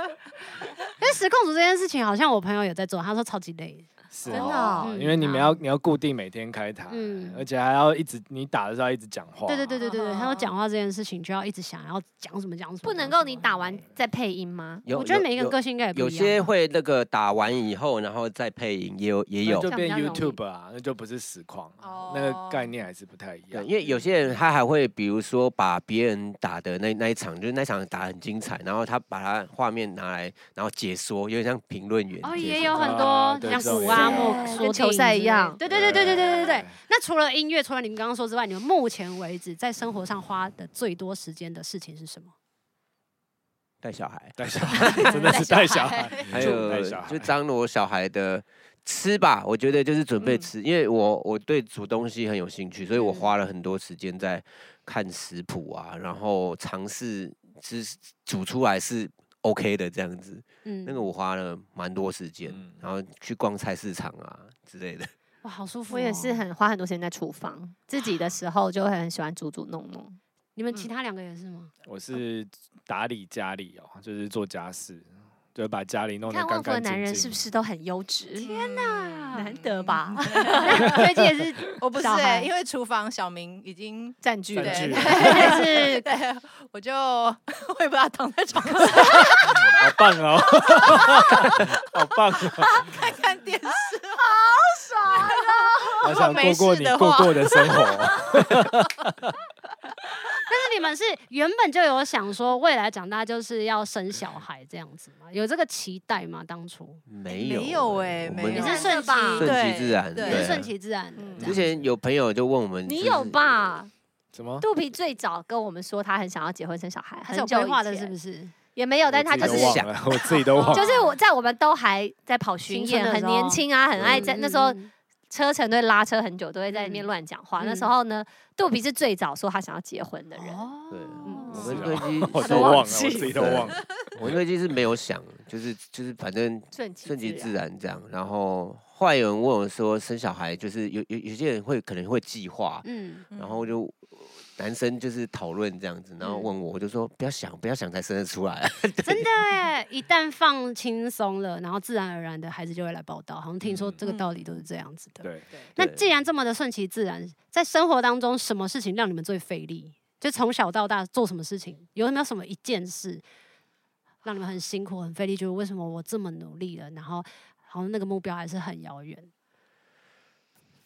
Speaker 1: 因为实况组这件事情，好像我朋友有在做，他说超级累。
Speaker 2: 是
Speaker 4: 真的哦
Speaker 2: 因为你们
Speaker 1: 嗯
Speaker 2: 要你要固定每天开台，
Speaker 1: 嗯
Speaker 2: 而且还要一直你打的时候要一直讲话，
Speaker 1: 对对对对对对，
Speaker 5: 哦
Speaker 1: 他说讲话这件事情就要一直想要讲什么讲什么，
Speaker 4: 嗯不能够你打完再配音吗？
Speaker 3: 有
Speaker 1: 我觉得
Speaker 3: 有
Speaker 1: 每一个人
Speaker 3: 有
Speaker 1: 个性应该也不一
Speaker 3: 有
Speaker 1: 样啊
Speaker 3: 些
Speaker 1: 吧
Speaker 3: 会那个打完以后，然后再配音，也有也
Speaker 2: 那
Speaker 3: 有
Speaker 2: 就
Speaker 4: 这样
Speaker 2: 变
Speaker 4: 比较容易
Speaker 2: YouTube 啊，那就不是实况啊，
Speaker 5: 哦
Speaker 2: 那个概念还是不太一
Speaker 3: 对，
Speaker 2: 样。
Speaker 3: 因为有些人他还会，比如说把别人打的那那一场，就是那场打得很精彩，然后他把他画面拿来，然后解说，有点像评论员解说。
Speaker 1: 哦，也有
Speaker 2: 很
Speaker 1: 很
Speaker 2: 多啊
Speaker 1: 多
Speaker 2: 对
Speaker 1: 像
Speaker 2: 这种
Speaker 1: 古
Speaker 2: 也
Speaker 1: 阿
Speaker 2: 有
Speaker 1: 莫
Speaker 4: 对
Speaker 1: 说
Speaker 4: 跟球赛一样
Speaker 1: 对对对对对对对对对。那除了音乐，除了你们刚刚说之外，你们目前为止在生活上花的最多时间的事情是什么？
Speaker 3: 带小孩，
Speaker 2: 带小孩真的是带小孩，
Speaker 3: 还
Speaker 2: 就带
Speaker 3: 有
Speaker 2: 小孩
Speaker 3: 就，张罗小孩的吃吧，我觉得就是准备
Speaker 1: 嗯
Speaker 3: 吃，因为我我对煮东西很有兴趣，所以我
Speaker 1: 嗯
Speaker 3: 花了很多时间在看食谱啊，然后尝试吃煮出来是 OK 的这样子。
Speaker 1: 嗯，
Speaker 3: 那个我花了蛮多时间，
Speaker 2: 嗯
Speaker 3: 然后去逛菜市场啊之类的。
Speaker 1: 哇，好舒服、哦
Speaker 4: 我也是，很花很多时间在厨房，自己的时候就会很喜欢煮煮弄弄。
Speaker 1: 你们其他两个也是吗？
Speaker 2: 我是打理家里哦，就是做家事，就是把家里弄得
Speaker 4: 看
Speaker 2: 干
Speaker 4: 旺福的
Speaker 2: 干净净。
Speaker 4: 男人是不是都很优质？
Speaker 1: 天哪
Speaker 4: 难得吧？
Speaker 1: 最近也是
Speaker 5: 我不是
Speaker 1: 小
Speaker 5: 欸、
Speaker 1: 孩
Speaker 5: 因为厨房小明已经
Speaker 4: 占据
Speaker 2: 占
Speaker 4: 了
Speaker 5: 对
Speaker 2: 据
Speaker 5: 对对，我就 我也不知道躺在床上
Speaker 2: 好棒哦，好棒哦！
Speaker 5: 看电视，
Speaker 2: 好想过过
Speaker 5: 如果没事
Speaker 2: 你
Speaker 5: 的
Speaker 2: 过
Speaker 5: 话
Speaker 2: 过的生活。哦
Speaker 1: 但是你们是原本就有想说未来长大就是要生小孩这样子吗？有这个期待吗？当初
Speaker 3: 没有，哎
Speaker 5: 没有欸
Speaker 3: 我
Speaker 5: 没
Speaker 3: 们
Speaker 5: 有
Speaker 1: 你
Speaker 5: 真
Speaker 1: 是
Speaker 5: 的
Speaker 1: 顺其
Speaker 4: 吧
Speaker 3: 顺
Speaker 5: 对
Speaker 3: 其自然
Speaker 5: 对
Speaker 1: 你是
Speaker 3: 对啊
Speaker 1: 顺其自然
Speaker 5: 嗯
Speaker 1: 这
Speaker 3: 之
Speaker 1: 样。
Speaker 3: 前有朋友就问我们，
Speaker 4: 你有？吧？
Speaker 2: 什 么？
Speaker 4: 肚皮最早跟我们说他很想要结婚生小孩，
Speaker 1: 他
Speaker 4: 很
Speaker 1: 是有
Speaker 4: 久
Speaker 1: 规划
Speaker 4: 以
Speaker 1: 的，
Speaker 4: 前
Speaker 1: 是不是？
Speaker 4: 也没有，啊但是他
Speaker 2: 我
Speaker 4: 就
Speaker 2: 自己
Speaker 4: 是
Speaker 2: 都忘
Speaker 3: 想
Speaker 2: 了，我自己都忘了。
Speaker 4: 就是我在我们都还在跑巡
Speaker 1: 青春
Speaker 4: 演，
Speaker 1: 的时
Speaker 4: 很
Speaker 1: 候
Speaker 4: 年轻啊，很爱在、
Speaker 1: 嗯
Speaker 4: 那时候
Speaker 1: 嗯
Speaker 4: 车程都会拉车很久，都会在那边
Speaker 1: 嗯
Speaker 4: 乱讲话。
Speaker 1: 嗯
Speaker 4: 那时候呢，肚皮是最早说他想要结婚的人，
Speaker 1: 哦
Speaker 3: 对啊我
Speaker 1: 是
Speaker 3: 们
Speaker 1: 哦
Speaker 3: 对机
Speaker 2: 我
Speaker 4: 他
Speaker 2: 都
Speaker 4: 都
Speaker 2: 忘了，我
Speaker 4: 忘
Speaker 2: 自
Speaker 4: 记
Speaker 2: 己都忘了。
Speaker 3: 我那就是没有想，就是就是反正
Speaker 4: 顺其
Speaker 3: 顺其自
Speaker 4: 然。
Speaker 3: 然这样。然后后来有人问我说，生小孩就是有有有些人会可能会计划，
Speaker 1: 嗯，
Speaker 3: 然后就男生就是讨论这样子，然后问我，我就说不要想，不要想才生得出来。啊
Speaker 1: 真的耶，一旦放轻松了，然后自然而然的孩子就会来报道。好像听说这个道理都是这样子的。
Speaker 2: 对，
Speaker 1: 那
Speaker 3: 嗯对
Speaker 1: 既然这么的顺其自然，在生活当中，什么事情让你们最费力？就从小到大做什么事情，有没有什么一件事让你们很辛苦、很费力？觉得为什么我这么努力了，然后好像那个目标还是很遥远？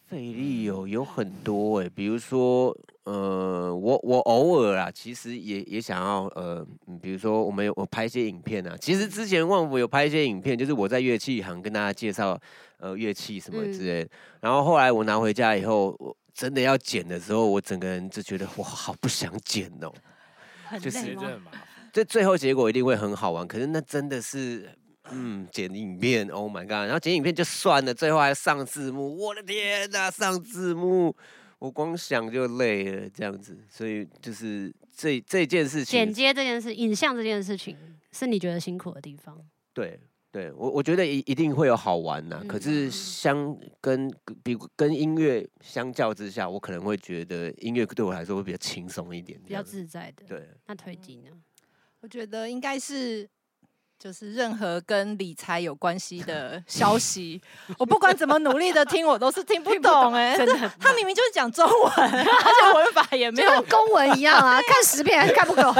Speaker 3: 费力有有很多哎、比如说，呃，我我偶尔啊，其实也也想要呃，嗯比如说我们有我拍一些影片啊，其实之前旺福有拍一些影片，就是我在乐器行跟大家介绍呃乐器什么之类的，然后后来我拿回家以后，我真的要剪的时候，我整个人就觉得哇，好不想剪哦，
Speaker 4: 很
Speaker 3: 就是呃
Speaker 4: 累
Speaker 2: 真的
Speaker 4: 吗？
Speaker 2: 很麻烦。
Speaker 3: 这最后结果一定会很好玩，可是那真的是。嗯，剪影片，Oh my god！然后剪影片就算了，最后还上字幕，我的天呐、上字幕，我光想就累了，这样子。所以就是这这件事
Speaker 1: 剪
Speaker 3: 情，
Speaker 1: 接这件事、影像这件事情，是你觉得辛苦的地方。
Speaker 3: 对对，我我觉得一一定会有好玩呐、
Speaker 1: 嗯
Speaker 3: 可是相跟比跟音乐相较之下，我可能会觉得音乐对我来说会比较轻松一点，
Speaker 1: 比
Speaker 3: 这
Speaker 1: 较
Speaker 3: 样子。
Speaker 1: 自在的。
Speaker 3: 对，啊
Speaker 1: 那推机呢？
Speaker 5: 我觉得应该是。就是任何跟理财有关系的消 息，我不管怎么努力的听，我都是听不懂哎、
Speaker 4: 真的，
Speaker 5: 他明明就是讲中 文，而且文法也没
Speaker 4: 就
Speaker 5: 有
Speaker 4: 跟公文一样 啊，看十遍还是看不 懂。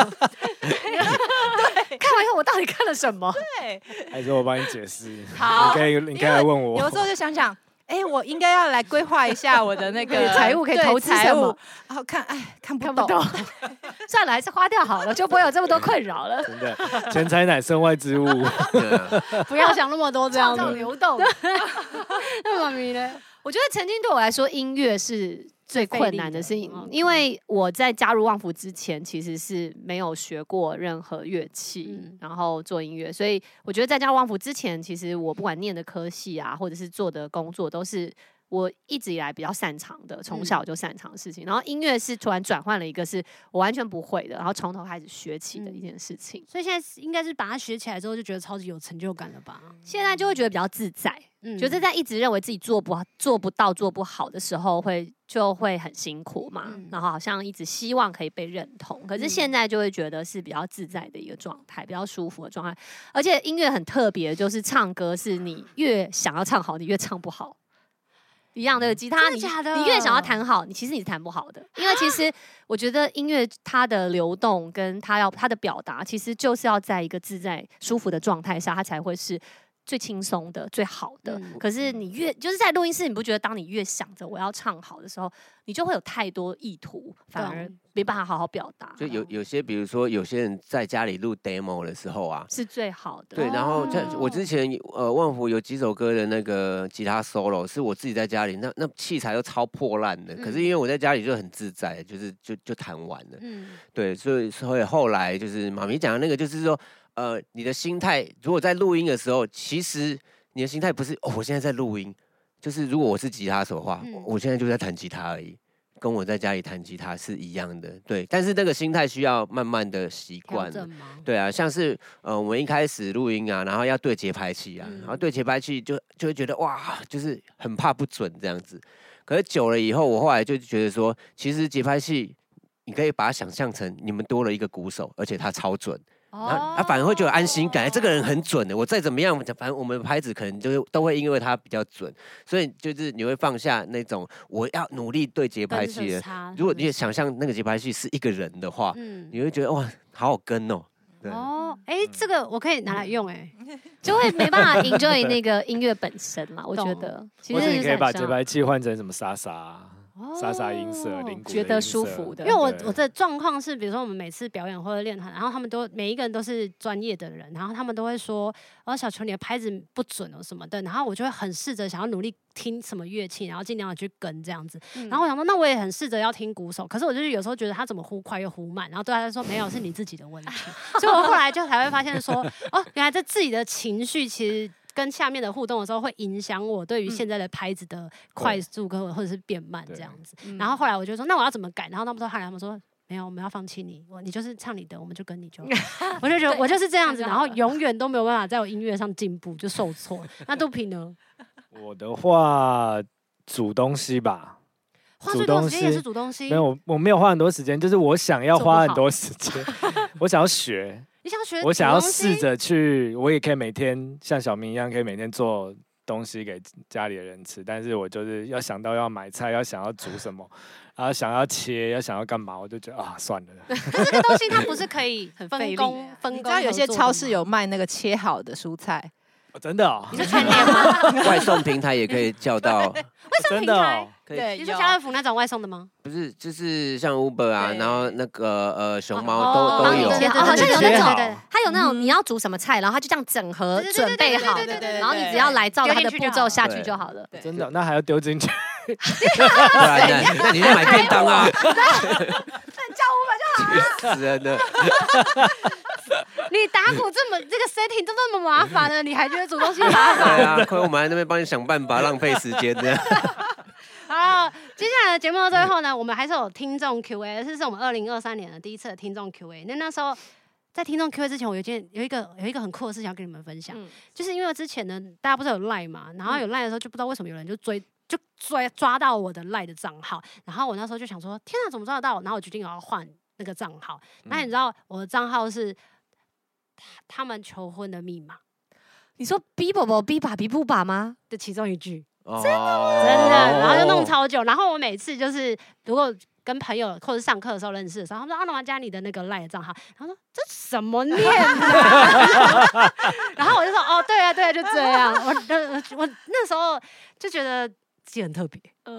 Speaker 4: 看完以后我到底 看了什么？
Speaker 5: 对。
Speaker 2: 还是我帮你解释。
Speaker 5: 好
Speaker 2: 你可以，你可以来问
Speaker 5: 有
Speaker 2: 我
Speaker 5: 的。时候就想想，哎、我应该要来规划一下我的那 个
Speaker 4: 财务可以
Speaker 5: 对
Speaker 4: 投资
Speaker 5: 财
Speaker 4: 什
Speaker 5: 务
Speaker 4: 么，
Speaker 5: 然后看，哎，看不
Speaker 4: 看
Speaker 5: 懂，
Speaker 4: 不懂， 算了，还是花掉好了，就不会有这么多困扰了。
Speaker 2: 真的，钱财乃身外之物。
Speaker 3: 对啊
Speaker 1: 不要想那么多这样
Speaker 4: 创
Speaker 1: 子
Speaker 4: 造。流动。
Speaker 1: 那妈咪呢？
Speaker 4: 我觉得曾经对我来说，音乐是最困难的事嗯
Speaker 1: 最费
Speaker 4: 情
Speaker 1: 力的，
Speaker 4: 因为我在加入旺福之前，其实是没有学过任何乐器，
Speaker 1: 嗯
Speaker 4: 然后做音乐，所以我觉得在加入旺福之前，其实我不管念的科系啊，或者是做的工作，都是。我一直以来比较擅长的，从小就擅长的事情，然后音乐是突然转换了一个是我完全不会的，然后从头开始学起的一件事情。
Speaker 1: 所以现在是应该是把它学起来之后，就觉得超级有成就感了吧？
Speaker 4: 现在就会觉得比较自在，
Speaker 1: 嗯
Speaker 4: 觉得在一直认为自己做不做不到、做不好的时候会，就会很辛苦嘛。
Speaker 1: 嗯
Speaker 4: 然后好像一直希望可以被认同，可是
Speaker 1: 嗯
Speaker 4: 现在就会觉得是比较自在的一个状态，比较舒服的状态。而且音乐很特别，就是唱歌是你越想要唱好，你越唱不好。一样的吉他，
Speaker 1: 真的
Speaker 4: 你
Speaker 1: 假的啊
Speaker 4: 你越想要弹好，你其实你是弹不好的，因为其实我觉得音乐它的流动跟它要它的表达，其实就是要在一个自在舒服的状态下，它才会是最轻松的、最好的。
Speaker 1: 嗯
Speaker 4: 可是你越就是在录音室，你不觉得当你越想着我要唱好的时候，你就会有太多意图，反而
Speaker 1: 懂
Speaker 4: 没办法好好表达，
Speaker 3: 就有有些，比如说有些人在家里录 demo 的时候啊，
Speaker 4: 是最好的。
Speaker 3: 对，然后在我
Speaker 1: 哦
Speaker 3: 之前呃，万福有几首歌的那个吉他 solo 是我自己在家里，那那器材都超破烂的，可是因为我在家里就很自在，就是就就弹完了。
Speaker 1: 嗯，
Speaker 3: 对，所以所以后来就是妈咪讲的那个，就是说呃，你的心态如果在录音的时候，其实你的心态不是哦，我现在在录音，就是如果我是吉他手的话，
Speaker 1: 嗯
Speaker 3: 我我现在就在弹吉他而已。跟我在家里弹吉他是一样的，对。但是那个心态需要慢慢的习
Speaker 1: 调
Speaker 3: 惯，
Speaker 1: 整吗？
Speaker 3: 对啊，像是呃，我们一开始录音啊，然后要对节拍器啊，
Speaker 1: 嗯
Speaker 3: 然后对节拍器就就会觉得哇，就是很怕不准这样子。可是久了以后，我后来就觉得说，其实节拍器你可以把它想象成你们多了一个鼓手，而且他超准，他啊他反而会觉得安心感，哎这个
Speaker 1: 哦
Speaker 3: 人很准的，我再怎么样，反正我们的拍子可能就是都会因为他比较准，所以就是你会放下那种我要努力对节拍
Speaker 1: 跟着
Speaker 3: 器的。
Speaker 1: 他
Speaker 3: 如果你也
Speaker 1: 是
Speaker 3: 想象那个节拍器是一个人的话，
Speaker 1: 嗯
Speaker 3: 你会觉得哇，好好跟哦。对。
Speaker 1: 哦，哎，这
Speaker 2: 嗯
Speaker 1: 个我可以拿来用哎，
Speaker 4: 就会没办法 enjoy 那个音乐本身啦。我觉
Speaker 1: 懂
Speaker 4: 得其
Speaker 2: 或
Speaker 4: 实
Speaker 2: 是你
Speaker 4: 是
Speaker 2: 可以
Speaker 4: 很
Speaker 2: 把
Speaker 4: 像
Speaker 2: 节拍器换成什么沙沙、沙沙音色、
Speaker 1: 哦
Speaker 2: 铃鼓的
Speaker 4: 觉得
Speaker 2: 音
Speaker 4: 舒
Speaker 2: 色
Speaker 4: 服的
Speaker 1: 因为我
Speaker 2: 对
Speaker 1: 我的状况是，比如说我们每次表演或者练团，然后他们都每一个人都是专业的人，然后他们都会说，哦，小球你的拍子不准哦什么的，然后我就会很试着想要努力听什么乐器，然后尽量的去跟这样子。
Speaker 4: 嗯
Speaker 1: 然后我想说，那我也很试着要听鼓手，可是我就是有时候觉得他怎么忽快又忽慢，然后对他来说没有是你自己的 问题，所以我后来就才会发现说，哦，原来这自己的情绪其实。跟下面的互动的时候，会影响我对于
Speaker 4: 嗯
Speaker 1: 现在的拍子的快速跟或者是变慢
Speaker 2: 对
Speaker 1: 这样子。
Speaker 4: 嗯
Speaker 1: 然后后来我就说，那我要怎么改？然后他们说，后来他们说。没有，我们要放弃你，我你就是唱你的，我们就跟你就好，我就觉得
Speaker 4: 对
Speaker 1: 我就是这样子，
Speaker 4: 这样就
Speaker 1: 然
Speaker 4: 好
Speaker 1: 后
Speaker 4: 了
Speaker 1: 永远都没有办法在我音乐上进步，就受挫。那肚皮呢？
Speaker 2: 我的话，煮东西吧，
Speaker 1: 花
Speaker 2: 煮
Speaker 1: 最多的
Speaker 2: 东
Speaker 1: 时间也是
Speaker 2: 西
Speaker 1: 煮东西
Speaker 2: 没，有，我没有花很多时间，就是我想要
Speaker 1: 做不
Speaker 2: 花很
Speaker 1: 好
Speaker 2: 多时 间，我想要学，
Speaker 1: 你想学，
Speaker 2: 我想要试，着去，我也可以每天像小明一样，可以每天做东西给家里的人吃，但是我就是要想到要买菜，要想要煮什么，然后想要切，要想要干嘛，我就觉得啊，算了。
Speaker 1: 但这个东西它不是可以
Speaker 4: 很费
Speaker 1: 分
Speaker 4: 力
Speaker 1: 工分
Speaker 5: 啊你
Speaker 1: 工合作的吗。
Speaker 5: 知道有些超市有卖那个切好的蔬菜，
Speaker 2: 哦真的哦，
Speaker 1: 你说全年吗？
Speaker 3: 外送平台也可以叫到，
Speaker 1: 什么
Speaker 2: 真
Speaker 1: 平
Speaker 2: 的
Speaker 1: 台
Speaker 2: 哦，
Speaker 3: 可以
Speaker 5: 对，
Speaker 1: 你说
Speaker 5: 有
Speaker 1: 家乐福那种外送的吗？
Speaker 3: 不是就是像 Uber 啊，
Speaker 5: 对
Speaker 3: 然后那个呃熊猫
Speaker 1: 哦
Speaker 3: 都
Speaker 1: 帮
Speaker 3: 都
Speaker 1: 你
Speaker 3: 有，
Speaker 1: 切
Speaker 4: 哦好像有
Speaker 2: 切
Speaker 4: 那种
Speaker 2: 好
Speaker 4: 它有那种
Speaker 5: 嗯
Speaker 4: 你要煮什么菜，然后它就这样整合
Speaker 1: 对对
Speaker 4: 准
Speaker 1: 对对
Speaker 4: 备
Speaker 1: 对
Speaker 4: 好
Speaker 1: 对，对对
Speaker 5: 对
Speaker 4: 然后你
Speaker 5: 对
Speaker 4: 只要来照
Speaker 1: 丢
Speaker 4: 它的
Speaker 1: 进去
Speaker 4: 步
Speaker 1: 就
Speaker 4: 骤
Speaker 1: 好
Speaker 4: 下
Speaker 3: 对
Speaker 4: 去就好了。
Speaker 5: 对
Speaker 2: 真的哦，那还要丢进去。
Speaker 3: 不然呢？啊那你就买便当 啊，叫 Uber 就好死 人了，
Speaker 1: 你打鼓这么这个 setting 都那么麻烦了，你还觉得煮东西麻烦？
Speaker 3: 对啊，亏我们还在那边帮你想办法，浪费时间的。
Speaker 1: 好，接下来的节目的最后呢，我们还是有听众 Q&A，这是我们二零二三年的第一次的听众 Q&A。那那时候在听众 Q&A 之前，我有一件有一个有一个很酷的事情要跟你们分享，
Speaker 4: 嗯
Speaker 1: 就是因为之前呢，大家不是有赖嘛，然后有赖的时候就不知道为什么有人就追。就追抓到我的赖的账号，然后我那时候就想说，天啊，怎么抓得到？然后我决定我要换那个账号。那你知道我的账号是他他们求婚的密码
Speaker 4: 你说逼宝宝逼爸逼不爸吗？
Speaker 1: 的其中一句。
Speaker 3: 真
Speaker 4: 哦
Speaker 1: 真
Speaker 3: 的
Speaker 1: 的，然后就弄超久。然后我每次就是如果跟朋友或者上课的时候认识的时候，他们说啊，那我要加你的那个赖的账号，然后说这什么念啊？ 然后我就说哦，对啊，对啊，就这样。我我我那时候就觉得。自己很特别，没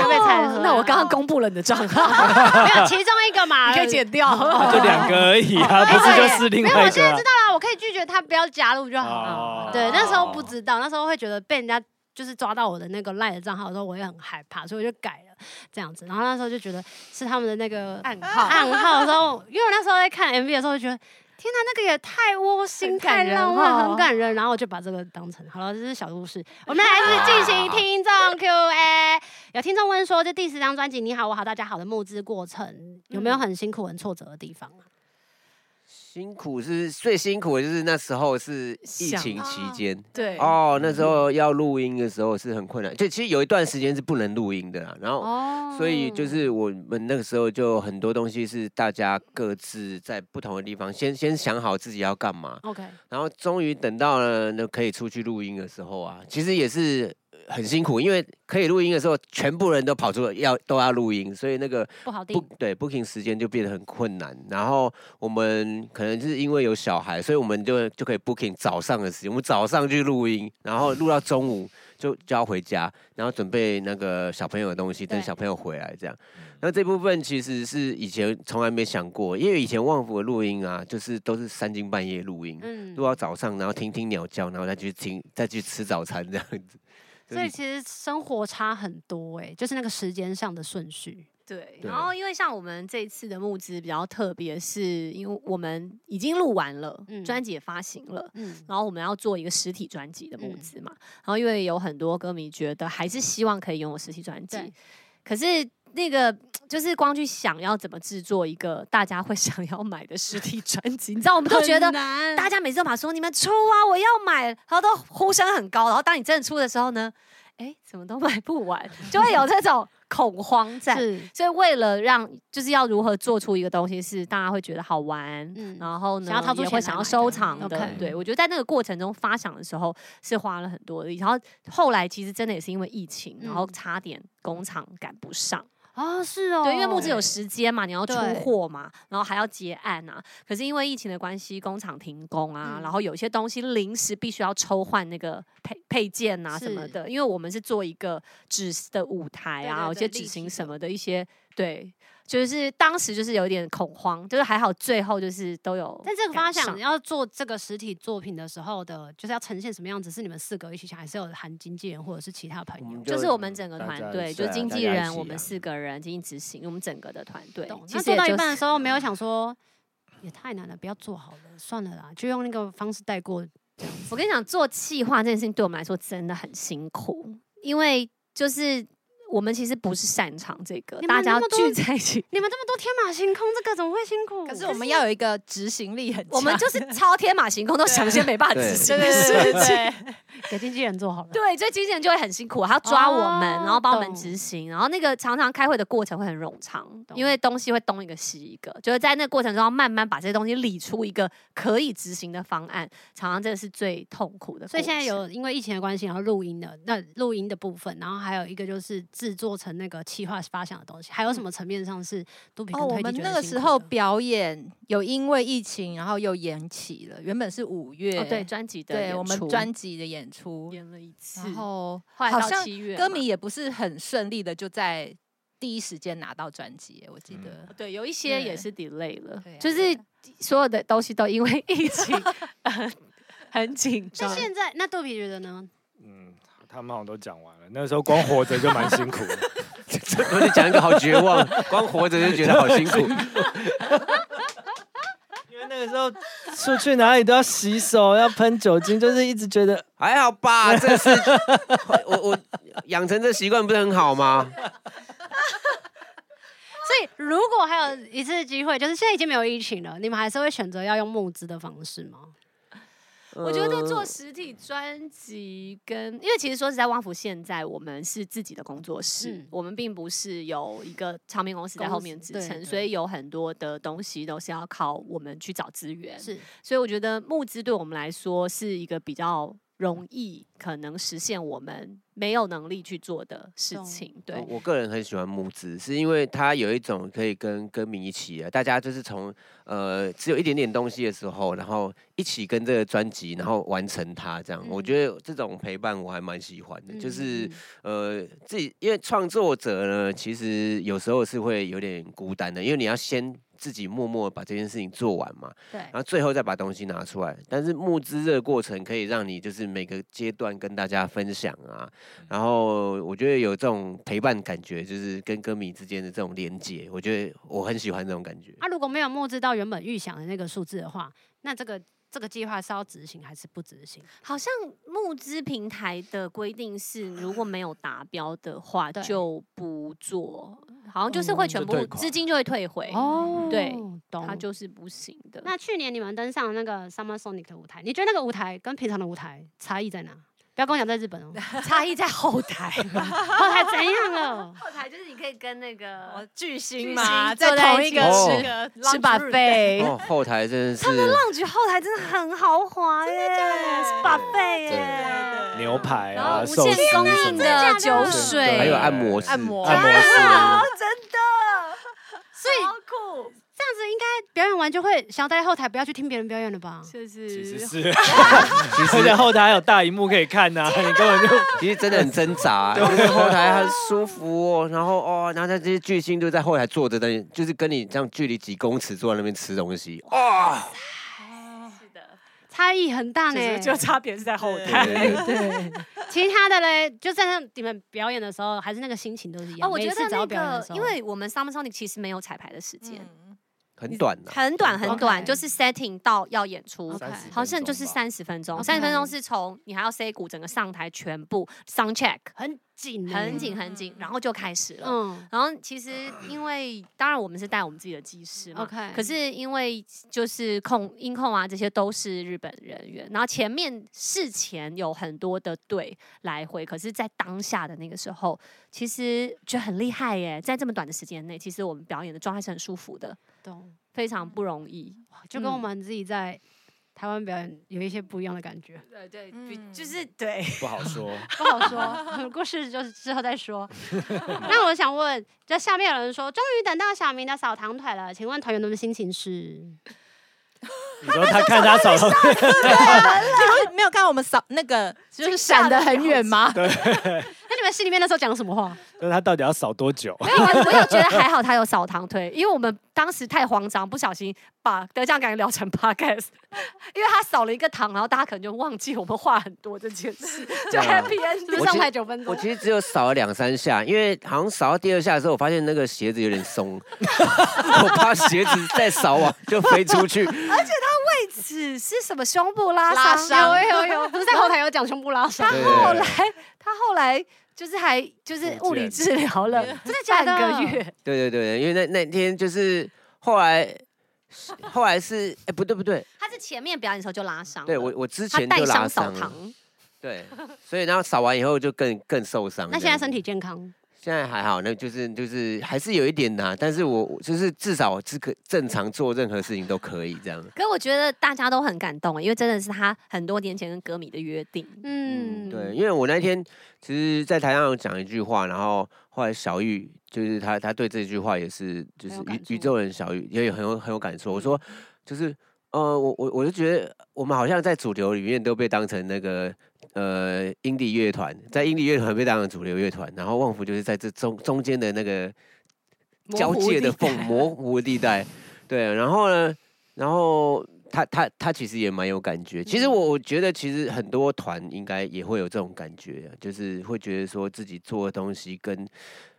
Speaker 1: 有被啊猜出来
Speaker 4: 哦那我刚刚公布了你的账 号，
Speaker 1: 没有其中一个嘛，
Speaker 4: 你可以剪掉。
Speaker 2: 啊就两个而已啊，不是就是
Speaker 1: 哦
Speaker 2: 另
Speaker 1: 没有，
Speaker 2: 外
Speaker 1: 我
Speaker 2: 一
Speaker 1: 现
Speaker 2: 个
Speaker 1: 在
Speaker 2: 啊
Speaker 1: 知。道了，我可以拒绝他，不要加入就好了。
Speaker 2: 哦
Speaker 1: 对，那时候不知道，那时候会觉得被人家就是抓到我的那个赖的账号的时候，我也很害怕，所以我就改了这样子。然后那时候就觉得是他们的那个暗
Speaker 4: 号
Speaker 1: 暗号的时候，因为我那时候在看 MV 的时候就觉得。天呐，那个也太窝心、
Speaker 4: 很感
Speaker 1: 太
Speaker 4: 人
Speaker 1: 浪漫、
Speaker 4: 哦
Speaker 1: 很感人，然后我就把这个当成好了，这是小故事。我们还是进行听众 Q&A。有听众问说，这第十张专辑《你好，我好，大家好》的募资过程有没有很辛苦、很挫折的地方啊？
Speaker 3: 辛苦是最辛苦的，就是那时候是疫情期间。
Speaker 5: 对
Speaker 1: 啊
Speaker 3: 哦，那时候要录音的时候是很困难，就其实有一段时间是不能录音的啦。然后
Speaker 1: 哦
Speaker 3: 所以就是我们那个时候就很多东西是大家各自在不同的地方先先想好自己要干嘛，
Speaker 1: OK，
Speaker 3: 然后终于等到了那可以出去录音的时候啊，其实也是呃很辛苦，因为可以录音的时候，全部人都跑出来要都要录音，所以那个
Speaker 1: 不好定
Speaker 3: 不。对 booking 时间就变得很困难。然后我们可能是因为有小孩，所以我们就就可以 booking 早上的时间，我们早上去录音，然后录到中午就就要回家，然后准备那个小朋友的东西，等
Speaker 1: 对嗯
Speaker 3: 小朋友回来这样。那这部分其实是以前从来没想过，因为以前旺福的录音啊，就是都是三更半夜录音，
Speaker 1: 嗯
Speaker 3: 录到早上，然后听听鸟叫，然后再去听，再去吃早餐这样子。
Speaker 1: 所以其实生活差很多哎、就是那个时间上的顺序。
Speaker 4: 对，
Speaker 3: 对
Speaker 4: 然后因为像我们这一次的募资比较特别，是因为我们已经录完了
Speaker 1: 嗯，
Speaker 4: 专辑也发行了。
Speaker 1: 嗯，
Speaker 4: 然后我们要做一个实体专辑的募资嘛，然后因为有很多歌迷觉得还是希望可以拥有实体专辑
Speaker 1: 对，
Speaker 4: 可是那个就是光去想要怎么制作一个大家会 想要买的实体专辑，你知道，我们都觉得大
Speaker 1: 大
Speaker 4: 家每次都把说你们出啊，我要买，然后都呼声很高，然后当你真的出的时候呢，哎，怎么都买不完，就会有这种恐慌在。
Speaker 1: 是
Speaker 4: 所以为了让就是要如何做出一个东西是大家会觉得好玩，
Speaker 1: 嗯
Speaker 4: 然后呢
Speaker 1: 想要掏出
Speaker 4: 也
Speaker 1: 钱
Speaker 4: 会
Speaker 1: 来
Speaker 4: 想要
Speaker 1: 买的
Speaker 4: 收藏的。
Speaker 1: OK
Speaker 4: 对我觉得在那个过程中发想的时候是花了很多力，然后后来其实真的也是因为疫情，然后
Speaker 1: 嗯
Speaker 4: 差点工厂赶不上。
Speaker 1: 哦，是哦，
Speaker 4: 对，因为募资有时间嘛，你要出
Speaker 1: 对
Speaker 4: 货嘛，然后还要结案啊。可是因为疫情的关系，工厂停工啊，
Speaker 1: 嗯
Speaker 4: 然后有一些东西临时必须要抽换那个配配件啊什么
Speaker 1: 是
Speaker 4: 的，因为我们是做一个纸的舞台
Speaker 5: 对
Speaker 4: 啊，
Speaker 5: 对
Speaker 4: 有一
Speaker 5: 对
Speaker 4: 些
Speaker 5: 立
Speaker 4: 纸型
Speaker 5: 体
Speaker 4: 什
Speaker 5: 的
Speaker 4: 么的一些对。就是当时就是有点恐慌，就是还好最后就是都有赶上。
Speaker 1: 但这个发想要做这个实体作品的时候的，就是要呈现什么样子，是你们四个一起想，还是有含经纪人或者是其他朋
Speaker 3: 我
Speaker 1: 友
Speaker 3: 们？
Speaker 4: 就是
Speaker 3: 就
Speaker 4: 我们整个
Speaker 2: 大
Speaker 4: 团
Speaker 2: 家
Speaker 4: 队，
Speaker 2: 一
Speaker 4: 就
Speaker 3: 起啊
Speaker 4: 经
Speaker 3: 大
Speaker 4: 纪
Speaker 3: 家一
Speaker 4: 人，
Speaker 3: 起
Speaker 4: 我
Speaker 3: 啊
Speaker 4: 们四个人，经济执行，我们整个的团队
Speaker 1: 懂。。
Speaker 4: 其
Speaker 1: 那
Speaker 4: 实
Speaker 1: 做
Speaker 4: 也
Speaker 1: 到一
Speaker 4: 就
Speaker 1: 半的
Speaker 4: 是
Speaker 1: 时候，没有想说也太难了，不要做好了，算了啦，就用那个方式带过。
Speaker 4: 我跟你讲，做企划这件事情对我们来说真的很辛苦，因为就是我们其实不是擅长这个，
Speaker 1: 你们
Speaker 4: 大家
Speaker 1: 那么多
Speaker 4: 聚在一起，
Speaker 1: 你们这么多天马行空，这个怎么会辛苦？
Speaker 5: 可是我们要有一个执行力很强，
Speaker 4: 我们就是超天马行空，都想一些没办法执行
Speaker 5: 对
Speaker 4: 的事
Speaker 5: 对对
Speaker 4: 情。
Speaker 5: 对
Speaker 1: 给经纪人做好了。
Speaker 4: 对，所以经纪人就会很辛苦，还要抓我们，
Speaker 1: 哦
Speaker 4: 然后帮我们
Speaker 1: 懂
Speaker 4: 执行，然后那个常常开会的过程会很冗长，
Speaker 1: 懂
Speaker 4: 因为东西会东一个西一个，就是在那个过程中要慢慢把这些东西理出一个可以执行的方案，常常这是最痛苦的过程。哦
Speaker 1: 所以现在有因为疫情的关系，然后录音的那录音的部分，然后还有一个就是制作成那个企划发想的东西，还有什么层面上是杜比跟
Speaker 5: 嗯哦，我
Speaker 1: 推
Speaker 5: 们
Speaker 1: 机觉
Speaker 5: 那
Speaker 1: 得
Speaker 5: 个
Speaker 1: 辛
Speaker 5: 时
Speaker 1: 苦
Speaker 5: 候
Speaker 1: 的
Speaker 5: 表演有因为疫情，然后又延期了，原本是五月，
Speaker 4: 哦对专辑的
Speaker 5: 对
Speaker 4: 演
Speaker 5: 我们
Speaker 4: 出
Speaker 5: 专辑的演出，
Speaker 4: 演了一次，
Speaker 5: 然后
Speaker 4: 后来
Speaker 5: 好
Speaker 4: 到
Speaker 5: 像
Speaker 4: 七月
Speaker 5: 歌
Speaker 4: 嘛
Speaker 5: 迷也不是很顺利的就在第一时间拿到专辑，我记得。
Speaker 4: 对，有一些也
Speaker 5: 对
Speaker 4: 是 delay 了，
Speaker 5: 对啊
Speaker 4: 就是所有的东西都因为疫情 呃很紧
Speaker 1: 啊那
Speaker 4: 张。
Speaker 1: 现在那杜比觉得呢？
Speaker 2: 嗯，他们好像都讲完了。那时候光活着就蛮辛苦的，
Speaker 3: 我就讲一个好绝望，光活着就觉得好辛苦。
Speaker 2: 因为那个时候出去哪里都要洗手，要喷酒精，就是一直觉得
Speaker 3: 还 好吧，这是我我养成这习惯不是很好吗？
Speaker 1: 所以如果还有一次机会，就是现在已经没有疫情了，你们还是会选择要用募资的方式吗？
Speaker 4: 我觉得做
Speaker 3: 呃
Speaker 4: 实体专辑跟，因为其实说实在，旺福现在我们是自己的工作室，
Speaker 1: 嗯
Speaker 4: 我们并不是有一个唱片公司在
Speaker 1: 公
Speaker 4: 后
Speaker 1: 司
Speaker 4: 面支
Speaker 1: 对
Speaker 4: 撑，
Speaker 1: 对
Speaker 4: 所以有很多的东西都是要靠我们去找资源。
Speaker 1: 是
Speaker 4: 所以我觉得募资对我们来说是一个比较容易可能实现我们没有能力去做的事
Speaker 1: 懂
Speaker 4: 情。对，
Speaker 3: 我我个人很喜欢募资，是因为它有一种可以跟歌迷一起啊，大家就是从呃只有一点点东西的时候，然后一起跟这个专辑，然后完成它这样。我
Speaker 1: 嗯
Speaker 3: 觉得这种陪伴我还蛮喜欢的，就
Speaker 1: 嗯
Speaker 3: 是
Speaker 1: 嗯
Speaker 3: 呃自己，因为创作者呢，其实有时候是会有点孤单的，因为你要先。自己默默地把这件事情做完嘛，
Speaker 1: 对
Speaker 5: 哎
Speaker 3: 然，后最后再把东西拿出来。但是募资这个过程可以让你就是每个阶段跟大家分享啊，然后我觉得有这种陪伴感觉，就是跟歌迷之间的这种连接，我觉得我很喜欢这种感觉。
Speaker 1: 啊，如果没有募资到原本预想的那个数字的话，那这个这个计划是要执行还是不执行？
Speaker 4: 好像募资平台的规定是，如果没有达标的话
Speaker 1: 对
Speaker 4: 就不做，好像就是会
Speaker 2: 嗯
Speaker 4: 全
Speaker 2: 就
Speaker 4: 部
Speaker 2: 退款
Speaker 4: 资金就会退回，
Speaker 1: 哦
Speaker 4: 对，
Speaker 1: 懂
Speaker 4: 它。就是不行的。
Speaker 1: 那去年你们登上那个 Summer Sonic 的舞台，你觉得那个舞台跟平常的舞台差异在哪？不要跟我讲在日本 哦，
Speaker 4: 差异在后台，
Speaker 1: 后台怎样了？
Speaker 4: 后台就是你可以跟那个
Speaker 5: 巨
Speaker 4: 巨
Speaker 5: 星
Speaker 4: 嘛
Speaker 5: 嘛，
Speaker 4: 在
Speaker 5: 在同
Speaker 4: 同一
Speaker 5: 一
Speaker 4: 个
Speaker 5: 个
Speaker 3: 吃
Speaker 5: 个
Speaker 4: 吃把费，
Speaker 3: 哦，后台真的是
Speaker 4: 浪局后台真的很豪华耶，是把费耶，
Speaker 5: 对
Speaker 2: 牛排
Speaker 4: 然后
Speaker 2: 啊、
Speaker 4: 无
Speaker 2: 寿司
Speaker 4: 限供
Speaker 2: 什
Speaker 4: 应
Speaker 1: 真
Speaker 4: 的
Speaker 2: 么
Speaker 1: 的假
Speaker 4: 酒
Speaker 1: 的
Speaker 4: 水，
Speaker 3: 还有按
Speaker 2: 对
Speaker 3: 摩室，
Speaker 5: 按摩
Speaker 2: 按摩
Speaker 4: 啊
Speaker 2: 师，
Speaker 4: 真的，所以好酷，
Speaker 1: 这样子应该表演完就会想要待在后台，不要去听别人表演了吧？
Speaker 4: 就
Speaker 2: 其 实
Speaker 4: 是
Speaker 2: 是，其实后台还有大荧幕可以看 呐、你根本就
Speaker 3: 其实真的很挣扎、啊就是后台很舒服哦，然后哦，然后那这些巨星就在后台坐着，但就是跟你这样距离几公尺坐在那边吃东西，哦，
Speaker 4: 是的，
Speaker 1: 差异很大呢。
Speaker 4: 差别是在后
Speaker 3: 对 对对
Speaker 1: 对，其他的嘞，就在那你们表演的时候，还是那个心情都是一样。
Speaker 4: 哦，我觉
Speaker 1: 每次
Speaker 4: 得
Speaker 1: 只
Speaker 4: 那嗯
Speaker 1: 要表演的
Speaker 4: 个
Speaker 1: 时，候
Speaker 4: 因为我们 Summer Sonic 其实没有彩排的时间，
Speaker 5: 嗯
Speaker 3: 很短啊呐、
Speaker 4: 很短很短，
Speaker 1: OK
Speaker 4: 就是 setting 到要演出
Speaker 1: OK。
Speaker 2: 30分
Speaker 4: 好像就是
Speaker 2: 钟吧
Speaker 4: 三十分钟，
Speaker 1: OK
Speaker 4: 三十分钟是从你还要 say 鼓整个上台全部 sound check，
Speaker 1: 很紧欸，
Speaker 4: 很紧很紧，然后就开始了。
Speaker 1: 嗯
Speaker 4: 然后其实因为当然我们是带我们自己的技师嘛
Speaker 1: ，OK，
Speaker 4: 可是因为就是控音控啊，这些都是日本人员。然后前面事前有很多的队来回，可是，在当下的那个时候，其实觉得很厉害耶。在这么短的时间内，其实我们表演的状态是很舒服的，
Speaker 1: 懂，
Speaker 4: 非常不容易。
Speaker 1: 哇就跟我
Speaker 4: 嗯
Speaker 1: 们自己在台湾表演有一些不一样的感觉，
Speaker 4: 对对
Speaker 5: 比嗯就是
Speaker 4: 对，
Speaker 2: 不好说。
Speaker 1: 不好说， 故事就是之后再说。 那我想问，这下面有人说，终于等到小明的扫堂腿了，请问团员们的心情 是？
Speaker 2: 你说他看他扫到，
Speaker 5: 你们没有看到我们扫那个就是闪得很远吗？
Speaker 1: 那你们心里面那时候讲了什么话？
Speaker 2: 那他到底要扫 多久？
Speaker 4: 没有，我我又觉得还好，他有扫堂推，因为我们当时太慌张，不小心把得奖感言聊成 podcast，因为他扫了一个堂，然后大家可能就忘记我们话很多这件 事，就
Speaker 3: 对啊
Speaker 4: happy end
Speaker 1: 是不是
Speaker 3: 我
Speaker 1: 上
Speaker 3: 其
Speaker 1: 台九分钟
Speaker 3: 我？其实只有扫了两三下，因为好像扫到第二下的时候，我发现那个鞋子有点松，我怕鞋子再扫完就飞出去。
Speaker 4: 此是什么胸部拉伤？
Speaker 5: 拉 伤
Speaker 1: 有有有，不是在后台有讲胸部拉伤，
Speaker 3: 对
Speaker 4: 后来他后来就是还就是
Speaker 2: 复
Speaker 4: 物理
Speaker 2: 健
Speaker 4: 治疗 了
Speaker 1: 真的假
Speaker 4: 半
Speaker 1: 的？
Speaker 4: 个月，
Speaker 3: 对对对，因为那那天就是后来，后来是哎、不对不对，
Speaker 4: 他是前面表演的时候就拉伤了，
Speaker 3: 对我我之
Speaker 4: 他
Speaker 3: 前
Speaker 4: 带
Speaker 3: 就拉
Speaker 4: 伤扫
Speaker 3: 伤
Speaker 4: 堂
Speaker 3: 了，，对，所以然后扫完以后就更更受伤。
Speaker 1: 那现在身体健康，
Speaker 3: 现在还好，那就是就是还是有一点难，但是我我就是至少我是可正常做任何事情都可以这样。
Speaker 4: 可我觉得大家都很感动，因为真的是他很多年前跟歌迷的约定。
Speaker 1: 嗯，
Speaker 3: 嗯，对，，因为我那天其实，在台上有讲一句话，然后后来小玉就是他，他对这句话也是就
Speaker 1: 很
Speaker 3: 是
Speaker 1: 有感
Speaker 3: 宇宇
Speaker 1: 触嗯
Speaker 3: 宙人小玉也有很有很有感触。我说就是呃，我我我就觉得我们好像在主流里面都被当成那个呃英地乐团，在英地乐团被当成主流乐团，然后旺福就是在这中中间的那个交界的缝 模糊地带。对，然后呢，然后他他他其实也蛮有感觉。其实我我觉得，其实很多团应该也会有这种感觉，啊就是会觉得说自己做的东西跟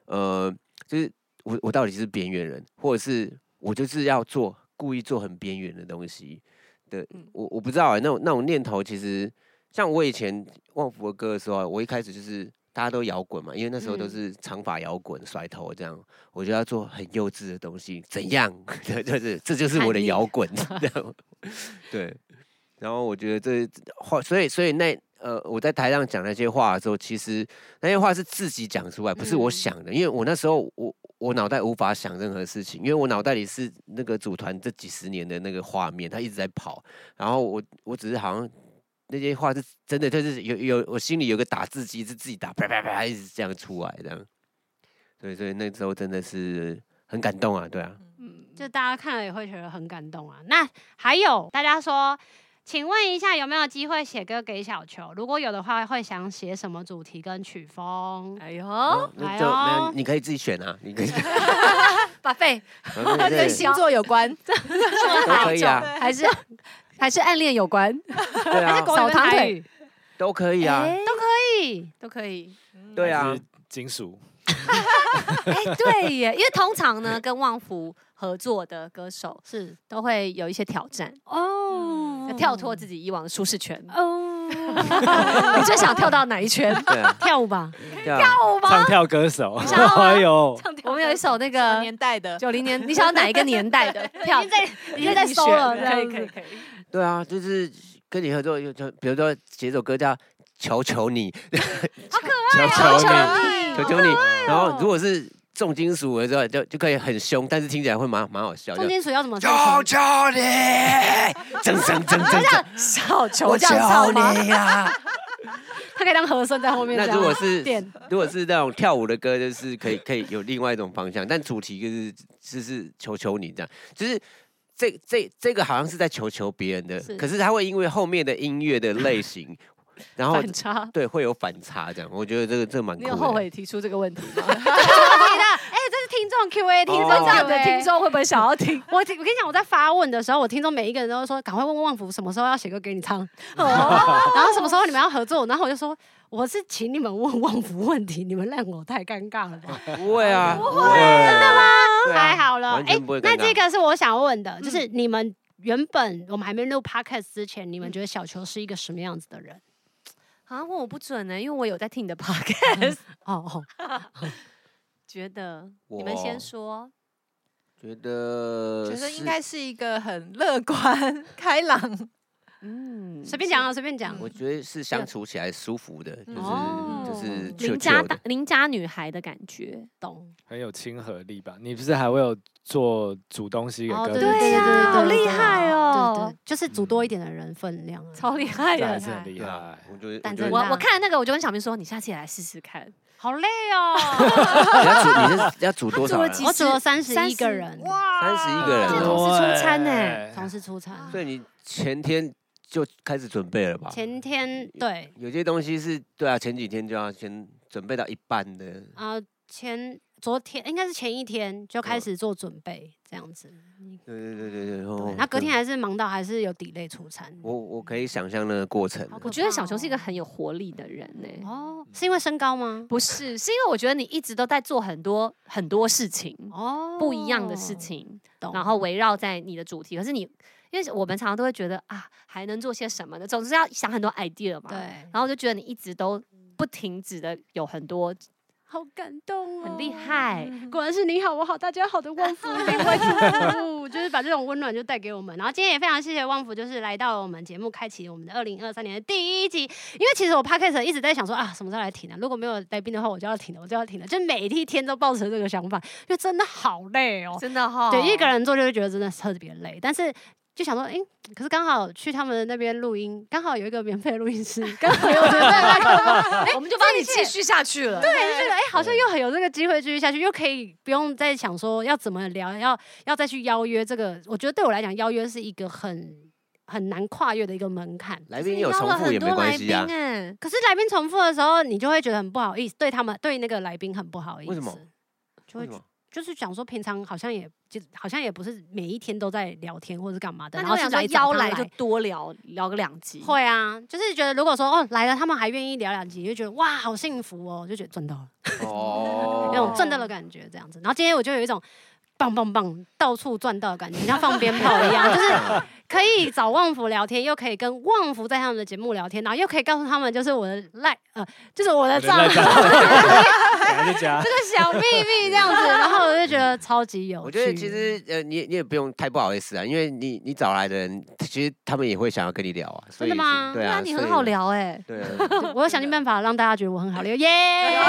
Speaker 3: 呃，就是我我到底是边缘人，或者是我就是要做故意做很边缘的东西的。我我不知道、欸、那种那种念头，其实像我以前旺福的歌的时候啊，我一开始就是。大家都摇滚嘛，因为那时候都
Speaker 1: 嗯
Speaker 3: 是长发摇滚、甩头这样，我就要做很幼稚的东西，怎样？ 对，就是这就是我
Speaker 1: 叛
Speaker 3: 的
Speaker 1: 逆
Speaker 3: 摇 滚，这样 对。然后我觉得这话，所以所以那呃，我在台上讲那些话的时候，其实那些话是自己讲出来，不是我
Speaker 1: 嗯
Speaker 3: 想的，因为我那时候我我脑袋无法想任何事情，因为我脑袋里是那个组团这几十年的那个画面，它一直在跑，然后我我只是好像。那些话是真的，就是有有我心里有个打字机，是自己打啪啪啪，一直这样出来这样。对，所以那时候真的是很感动啊，对啊。
Speaker 1: 嗯就大家看了也会觉得很感动啊。那还有大家说，请问一下有没有机会写歌给小球？如果有的话，会想写什么主题跟曲风？
Speaker 4: 哎呦，
Speaker 3: 哦，
Speaker 1: 哎
Speaker 3: 那就没
Speaker 1: 呦
Speaker 3: 有，你可以自己选啊，你可以，
Speaker 4: 把费
Speaker 3: 对
Speaker 5: 跟
Speaker 3: 对
Speaker 5: 星座有 关，
Speaker 3: 都可以啊，
Speaker 4: 还是还是暗恋有关，
Speaker 3: 对啊，
Speaker 4: 国语跟台语
Speaker 3: 都可以啊，
Speaker 4: 哎
Speaker 1: 嘿
Speaker 4: 都可以。
Speaker 3: 对啊，，
Speaker 2: 金属
Speaker 4: 哎，对耶，因为通常呢，跟旺福合作的歌手
Speaker 1: 是
Speaker 4: 都会有一些挑战，
Speaker 1: 哦
Speaker 4: 要跳脱自己以往的舒适圈。
Speaker 1: 哦，
Speaker 4: 你最想跳到哪一圈？
Speaker 3: 对啊，
Speaker 1: 跳舞吧，
Speaker 3: 对啊，
Speaker 4: 舞
Speaker 2: 唱？跳歌手，
Speaker 4: 想要吗
Speaker 2: 哎呦，
Speaker 4: 我们有一首那
Speaker 5: 什么
Speaker 4: 个
Speaker 5: 年代的，
Speaker 4: 九零年，你想要哪一个年代的跳？
Speaker 1: 在已经在搜了，这
Speaker 4: 可以
Speaker 1: 样
Speaker 4: 可以
Speaker 1: 子。
Speaker 4: 可以。
Speaker 3: 对啊，就是跟你合作，就就比如说写首歌叫《求求你》， 好可
Speaker 4: 求求
Speaker 3: 爱
Speaker 1: 啊
Speaker 3: 哦
Speaker 4: 你，
Speaker 3: 求求你，然后如果是重金属的时候，就就可以很凶，但是听起来会蛮蛮好笑，就
Speaker 1: 重金属要怎么
Speaker 3: 求
Speaker 1: 唱？
Speaker 3: 求你， 真真真真真，
Speaker 4: 小球
Speaker 3: 我
Speaker 4: 这样唱
Speaker 3: 求
Speaker 4: 吗？
Speaker 3: 你啊呀。
Speaker 1: 他可以当和声在后面这
Speaker 3: 那
Speaker 1: 样。
Speaker 3: 如果是
Speaker 1: 点
Speaker 3: 如果是那种跳舞的歌，就是可以可以有另外一种方向，但主题就是就是求求你这样，就是这这这个好像是在求求别人的，
Speaker 1: 是
Speaker 3: 可是他会因为后面的音乐的类型，然后
Speaker 4: 反差。
Speaker 3: 对会有反差这样，我觉得这个这个蛮酷
Speaker 4: 你
Speaker 3: 的。
Speaker 4: 有后悔提出这个问题吗？
Speaker 1: 你的，哎，这是听众 Q A，听众
Speaker 3: 哦
Speaker 4: 这样
Speaker 1: 讲
Speaker 4: 的
Speaker 1: 的听
Speaker 4: 听
Speaker 1: 众。
Speaker 4: 众会不会想要听？
Speaker 1: 我我跟你讲，我在发问的时候，我听众每一个人都说，赶快问问旺福什么时候要写歌给你唱，
Speaker 4: 哦
Speaker 1: 然后什么时候你们要合作，然后我就说我是请你们问旺福问题，你们让我太尴尬了吧。
Speaker 3: 不会啊，不会，
Speaker 2: 真的吗？
Speaker 3: 对啊
Speaker 1: 太好了，
Speaker 3: 完全不会尴
Speaker 1: 那
Speaker 3: 尬。
Speaker 1: 这个是我想问的，就是你们嗯原本我们还没录 podcast 之前，你们觉得小球是一个什么样子的人？
Speaker 4: 啊，问我不准呢、因为我有在听你的 podcast，
Speaker 1: 哦哦，
Speaker 4: 觉得
Speaker 3: 我
Speaker 4: 你们先说，
Speaker 3: 觉得
Speaker 5: 觉得
Speaker 3: 呃是
Speaker 5: 应该是一个很乐观、 开朗，
Speaker 4: 嗯，
Speaker 1: 随便讲啊，随便讲。
Speaker 3: 我觉得是相处起来舒服的，就是、
Speaker 1: 哦
Speaker 3: 就是
Speaker 4: 邻
Speaker 3: chill
Speaker 4: 家
Speaker 3: chill
Speaker 4: 大
Speaker 3: 的。
Speaker 4: 邻家女孩的感觉，
Speaker 1: 懂，
Speaker 2: 很有亲和力吧？你不是还会有做煮东西给
Speaker 4: 哦
Speaker 2: 哥
Speaker 1: 啊
Speaker 4: 对
Speaker 2: 哥
Speaker 4: 对
Speaker 2: 吃
Speaker 4: 呀
Speaker 2: 吗，
Speaker 4: 好厉害哦
Speaker 1: 对对，就是煮多一点的人分量啊，
Speaker 4: 超厉害
Speaker 2: 这还
Speaker 4: 的
Speaker 2: 是。很厉
Speaker 3: 对啊
Speaker 2: 害，。
Speaker 3: 我觉得
Speaker 1: 但
Speaker 3: 我觉得
Speaker 1: 真
Speaker 4: 我
Speaker 1: 的
Speaker 4: 我看了那个，我就跟小明说，你下次也来试试看。
Speaker 1: 好累哦。
Speaker 3: 你要煮你是要煮多少
Speaker 4: 他
Speaker 3: 啊？
Speaker 4: 煮了 几
Speaker 1: 我煮了三十一
Speaker 4: 30
Speaker 1: 个人，
Speaker 3: 三十一 个人
Speaker 4: 这
Speaker 3: 哦，
Speaker 4: 种同事出餐呢
Speaker 2: 对
Speaker 1: 同事出差。
Speaker 3: 所以你前天就开始准备了吧？
Speaker 1: 啊前天对，
Speaker 3: 有些东西是对啊，前几天就要先准备到一半的。
Speaker 1: 啊，前昨天应该是前一天就
Speaker 3: 哦
Speaker 1: 开始做准备，这样子。
Speaker 3: 对对对对对。哦
Speaker 1: 对，那隔天
Speaker 3: 对
Speaker 1: 还是忙到还是有 delay 出餐。
Speaker 3: 我我可以想象那个过程。
Speaker 1: 好可
Speaker 4: 我觉得小
Speaker 1: 怕
Speaker 4: 熊是一个
Speaker 1: 哦
Speaker 4: 很有活力的人呢、
Speaker 1: 哦，是因为身高吗？
Speaker 4: 不是，是因为我觉得你一直都在做很多很多事情，
Speaker 1: 哦，
Speaker 4: 不一样的事，情，
Speaker 1: 懂。
Speaker 4: 然后围绕在你的主题。可是你，因为我们常常都会觉得啊，还能做些什么呢？总是要想很多 idea 嘛。
Speaker 1: 对，。
Speaker 4: 然后我就觉得你一直都不停止的有很多，
Speaker 1: 好感动哦
Speaker 4: 很厉害。
Speaker 3: 哎
Speaker 1: 果然是你好我好大家好的旺福林慧珠，就是把这种温暖就带给我们。然后今天也非常谢谢旺福，就是来到我们节目，开启我们的二零二三年的第一集。因为其实我 podcast 一直在想说啊，什么时候来停啊？如果没有来宾的话，我就要停了，我就要停了。就每一天都抱持这个想法，因为真的好累哦。
Speaker 4: 真的哈、
Speaker 1: 对，一个 人做就会觉得真的特别累，但是。就想说， 哎、可是刚好去他们那边录音，刚好有一个免费的录音室，刚好有人在那个 哎
Speaker 4: 我们就帮你继续下去了。
Speaker 1: 对，就觉得哎、好像又很有这个机会继续下去，又可以不用再想说要怎么聊，要要再去邀约这个。我觉得对我来讲，邀约是一个很很难跨越的一个门槛。
Speaker 3: 来宾有重复也没关系啊。
Speaker 4: 哎，
Speaker 1: 可是来宾重复的时候，你就会觉得很不好意思，对他们对那个来宾很不好意思。
Speaker 3: 为什么？
Speaker 1: 就
Speaker 3: 为
Speaker 1: 会
Speaker 3: 什么
Speaker 1: 就是想说，平常好像也就好像也不是每一天都在聊天或是干嘛的，然
Speaker 4: 那你
Speaker 1: 后
Speaker 4: 会
Speaker 1: 是
Speaker 4: 想说
Speaker 1: 找
Speaker 4: 邀
Speaker 1: 他
Speaker 4: 来就多聊聊个两集，
Speaker 1: 会啊，就是觉得如果说哦来了，他们还愿意聊两集，就觉得哇好幸福哦，就觉得赚到了。
Speaker 3: 哦
Speaker 1: 有种赚到的感觉，这样子。然后今天我就有一种棒棒棒到处赚到的感觉，像放鞭炮一样，就是可以找旺福聊天，又可以跟旺福在他们的节目聊天，然后又可以告诉他们，就是我的赖呃，就是我的
Speaker 2: 我的
Speaker 1: 账号
Speaker 2: 赖
Speaker 1: 这
Speaker 2: 账
Speaker 1: 个
Speaker 2: 来就加
Speaker 1: 小秘密这样子。然后我就觉得超级有趣。
Speaker 3: 我觉得其实呃，你也你也不用太不好意思啊，因为你你找来的人，其实他们也会想要跟你聊啊。所
Speaker 1: 真的
Speaker 3: 以是
Speaker 1: 吗
Speaker 3: 对
Speaker 4: 对
Speaker 3: 啊，
Speaker 4: 啊，你
Speaker 3: 所
Speaker 4: 很
Speaker 3: 以
Speaker 4: 好。聊哎、
Speaker 3: 对啊，
Speaker 1: 我有想尽办法让大家觉得我很好聊，耶！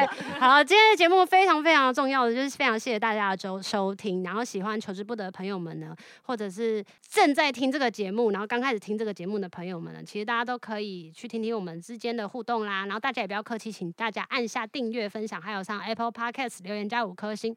Speaker 1: 好，今天的节目非常非常重要的，就是非常谢谢大家的收收听。然后喜欢求之不得的朋友们呢，或者是正在听这个节目，然后刚开始听这个节目的朋友们呢，其实大家都可以去听听我们之间的互动啦。然后大家也不要客气，请大家按下订阅、分享，还有上 Apple Podcast 留言加五颗星。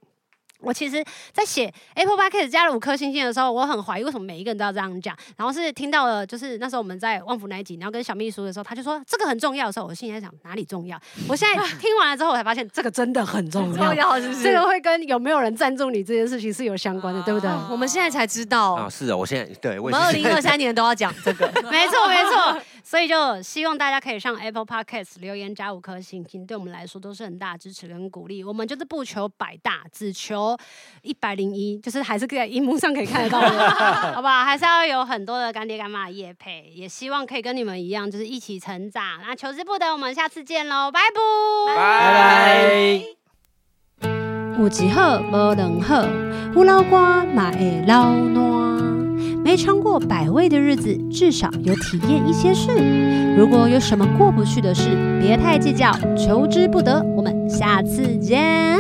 Speaker 1: 我其实，在写 Apple Podcast 加了五颗星星的时候，我很怀疑为什么每一个人都要这样讲。然后是听到了，就是那时候我们在旺福那一集，然后跟小秘书的时候，他就说这个很重要的时候，我心里在想哪里重要。我现在听完了之后，我才发现这个真的很重 要。
Speaker 4: 要是不
Speaker 1: 这个会跟有没有人赞助你这件事情是有相关的，对不对？
Speaker 5: 啊
Speaker 4: 我们现在才知道，
Speaker 3: 啊，是啊，我现在对
Speaker 4: 我
Speaker 3: 我
Speaker 4: 们二
Speaker 3: 也
Speaker 4: 零
Speaker 3: 是。
Speaker 4: 二三年都要讲这个。
Speaker 1: 没错，没错。所以就希望大家可以上 Apple Podcast 留言加五颗星星，对我们来说都是很大的支持跟鼓励。我们就是不求百大，只求一百零一，就是还是可以在荧幕上可以看得到的，好不好？还是要有很多的干爹干妈也配，也希望可以跟你们一样，就是一起成长。那求之不得，我们下次见喽，拜拜。
Speaker 3: 拜。
Speaker 1: 有一好无两好，有老瓜嘛会老烂。没尝过百味的日子，至少有体验一些事。如果有什么过不去的事，别太计较，求之不得。我们下次见。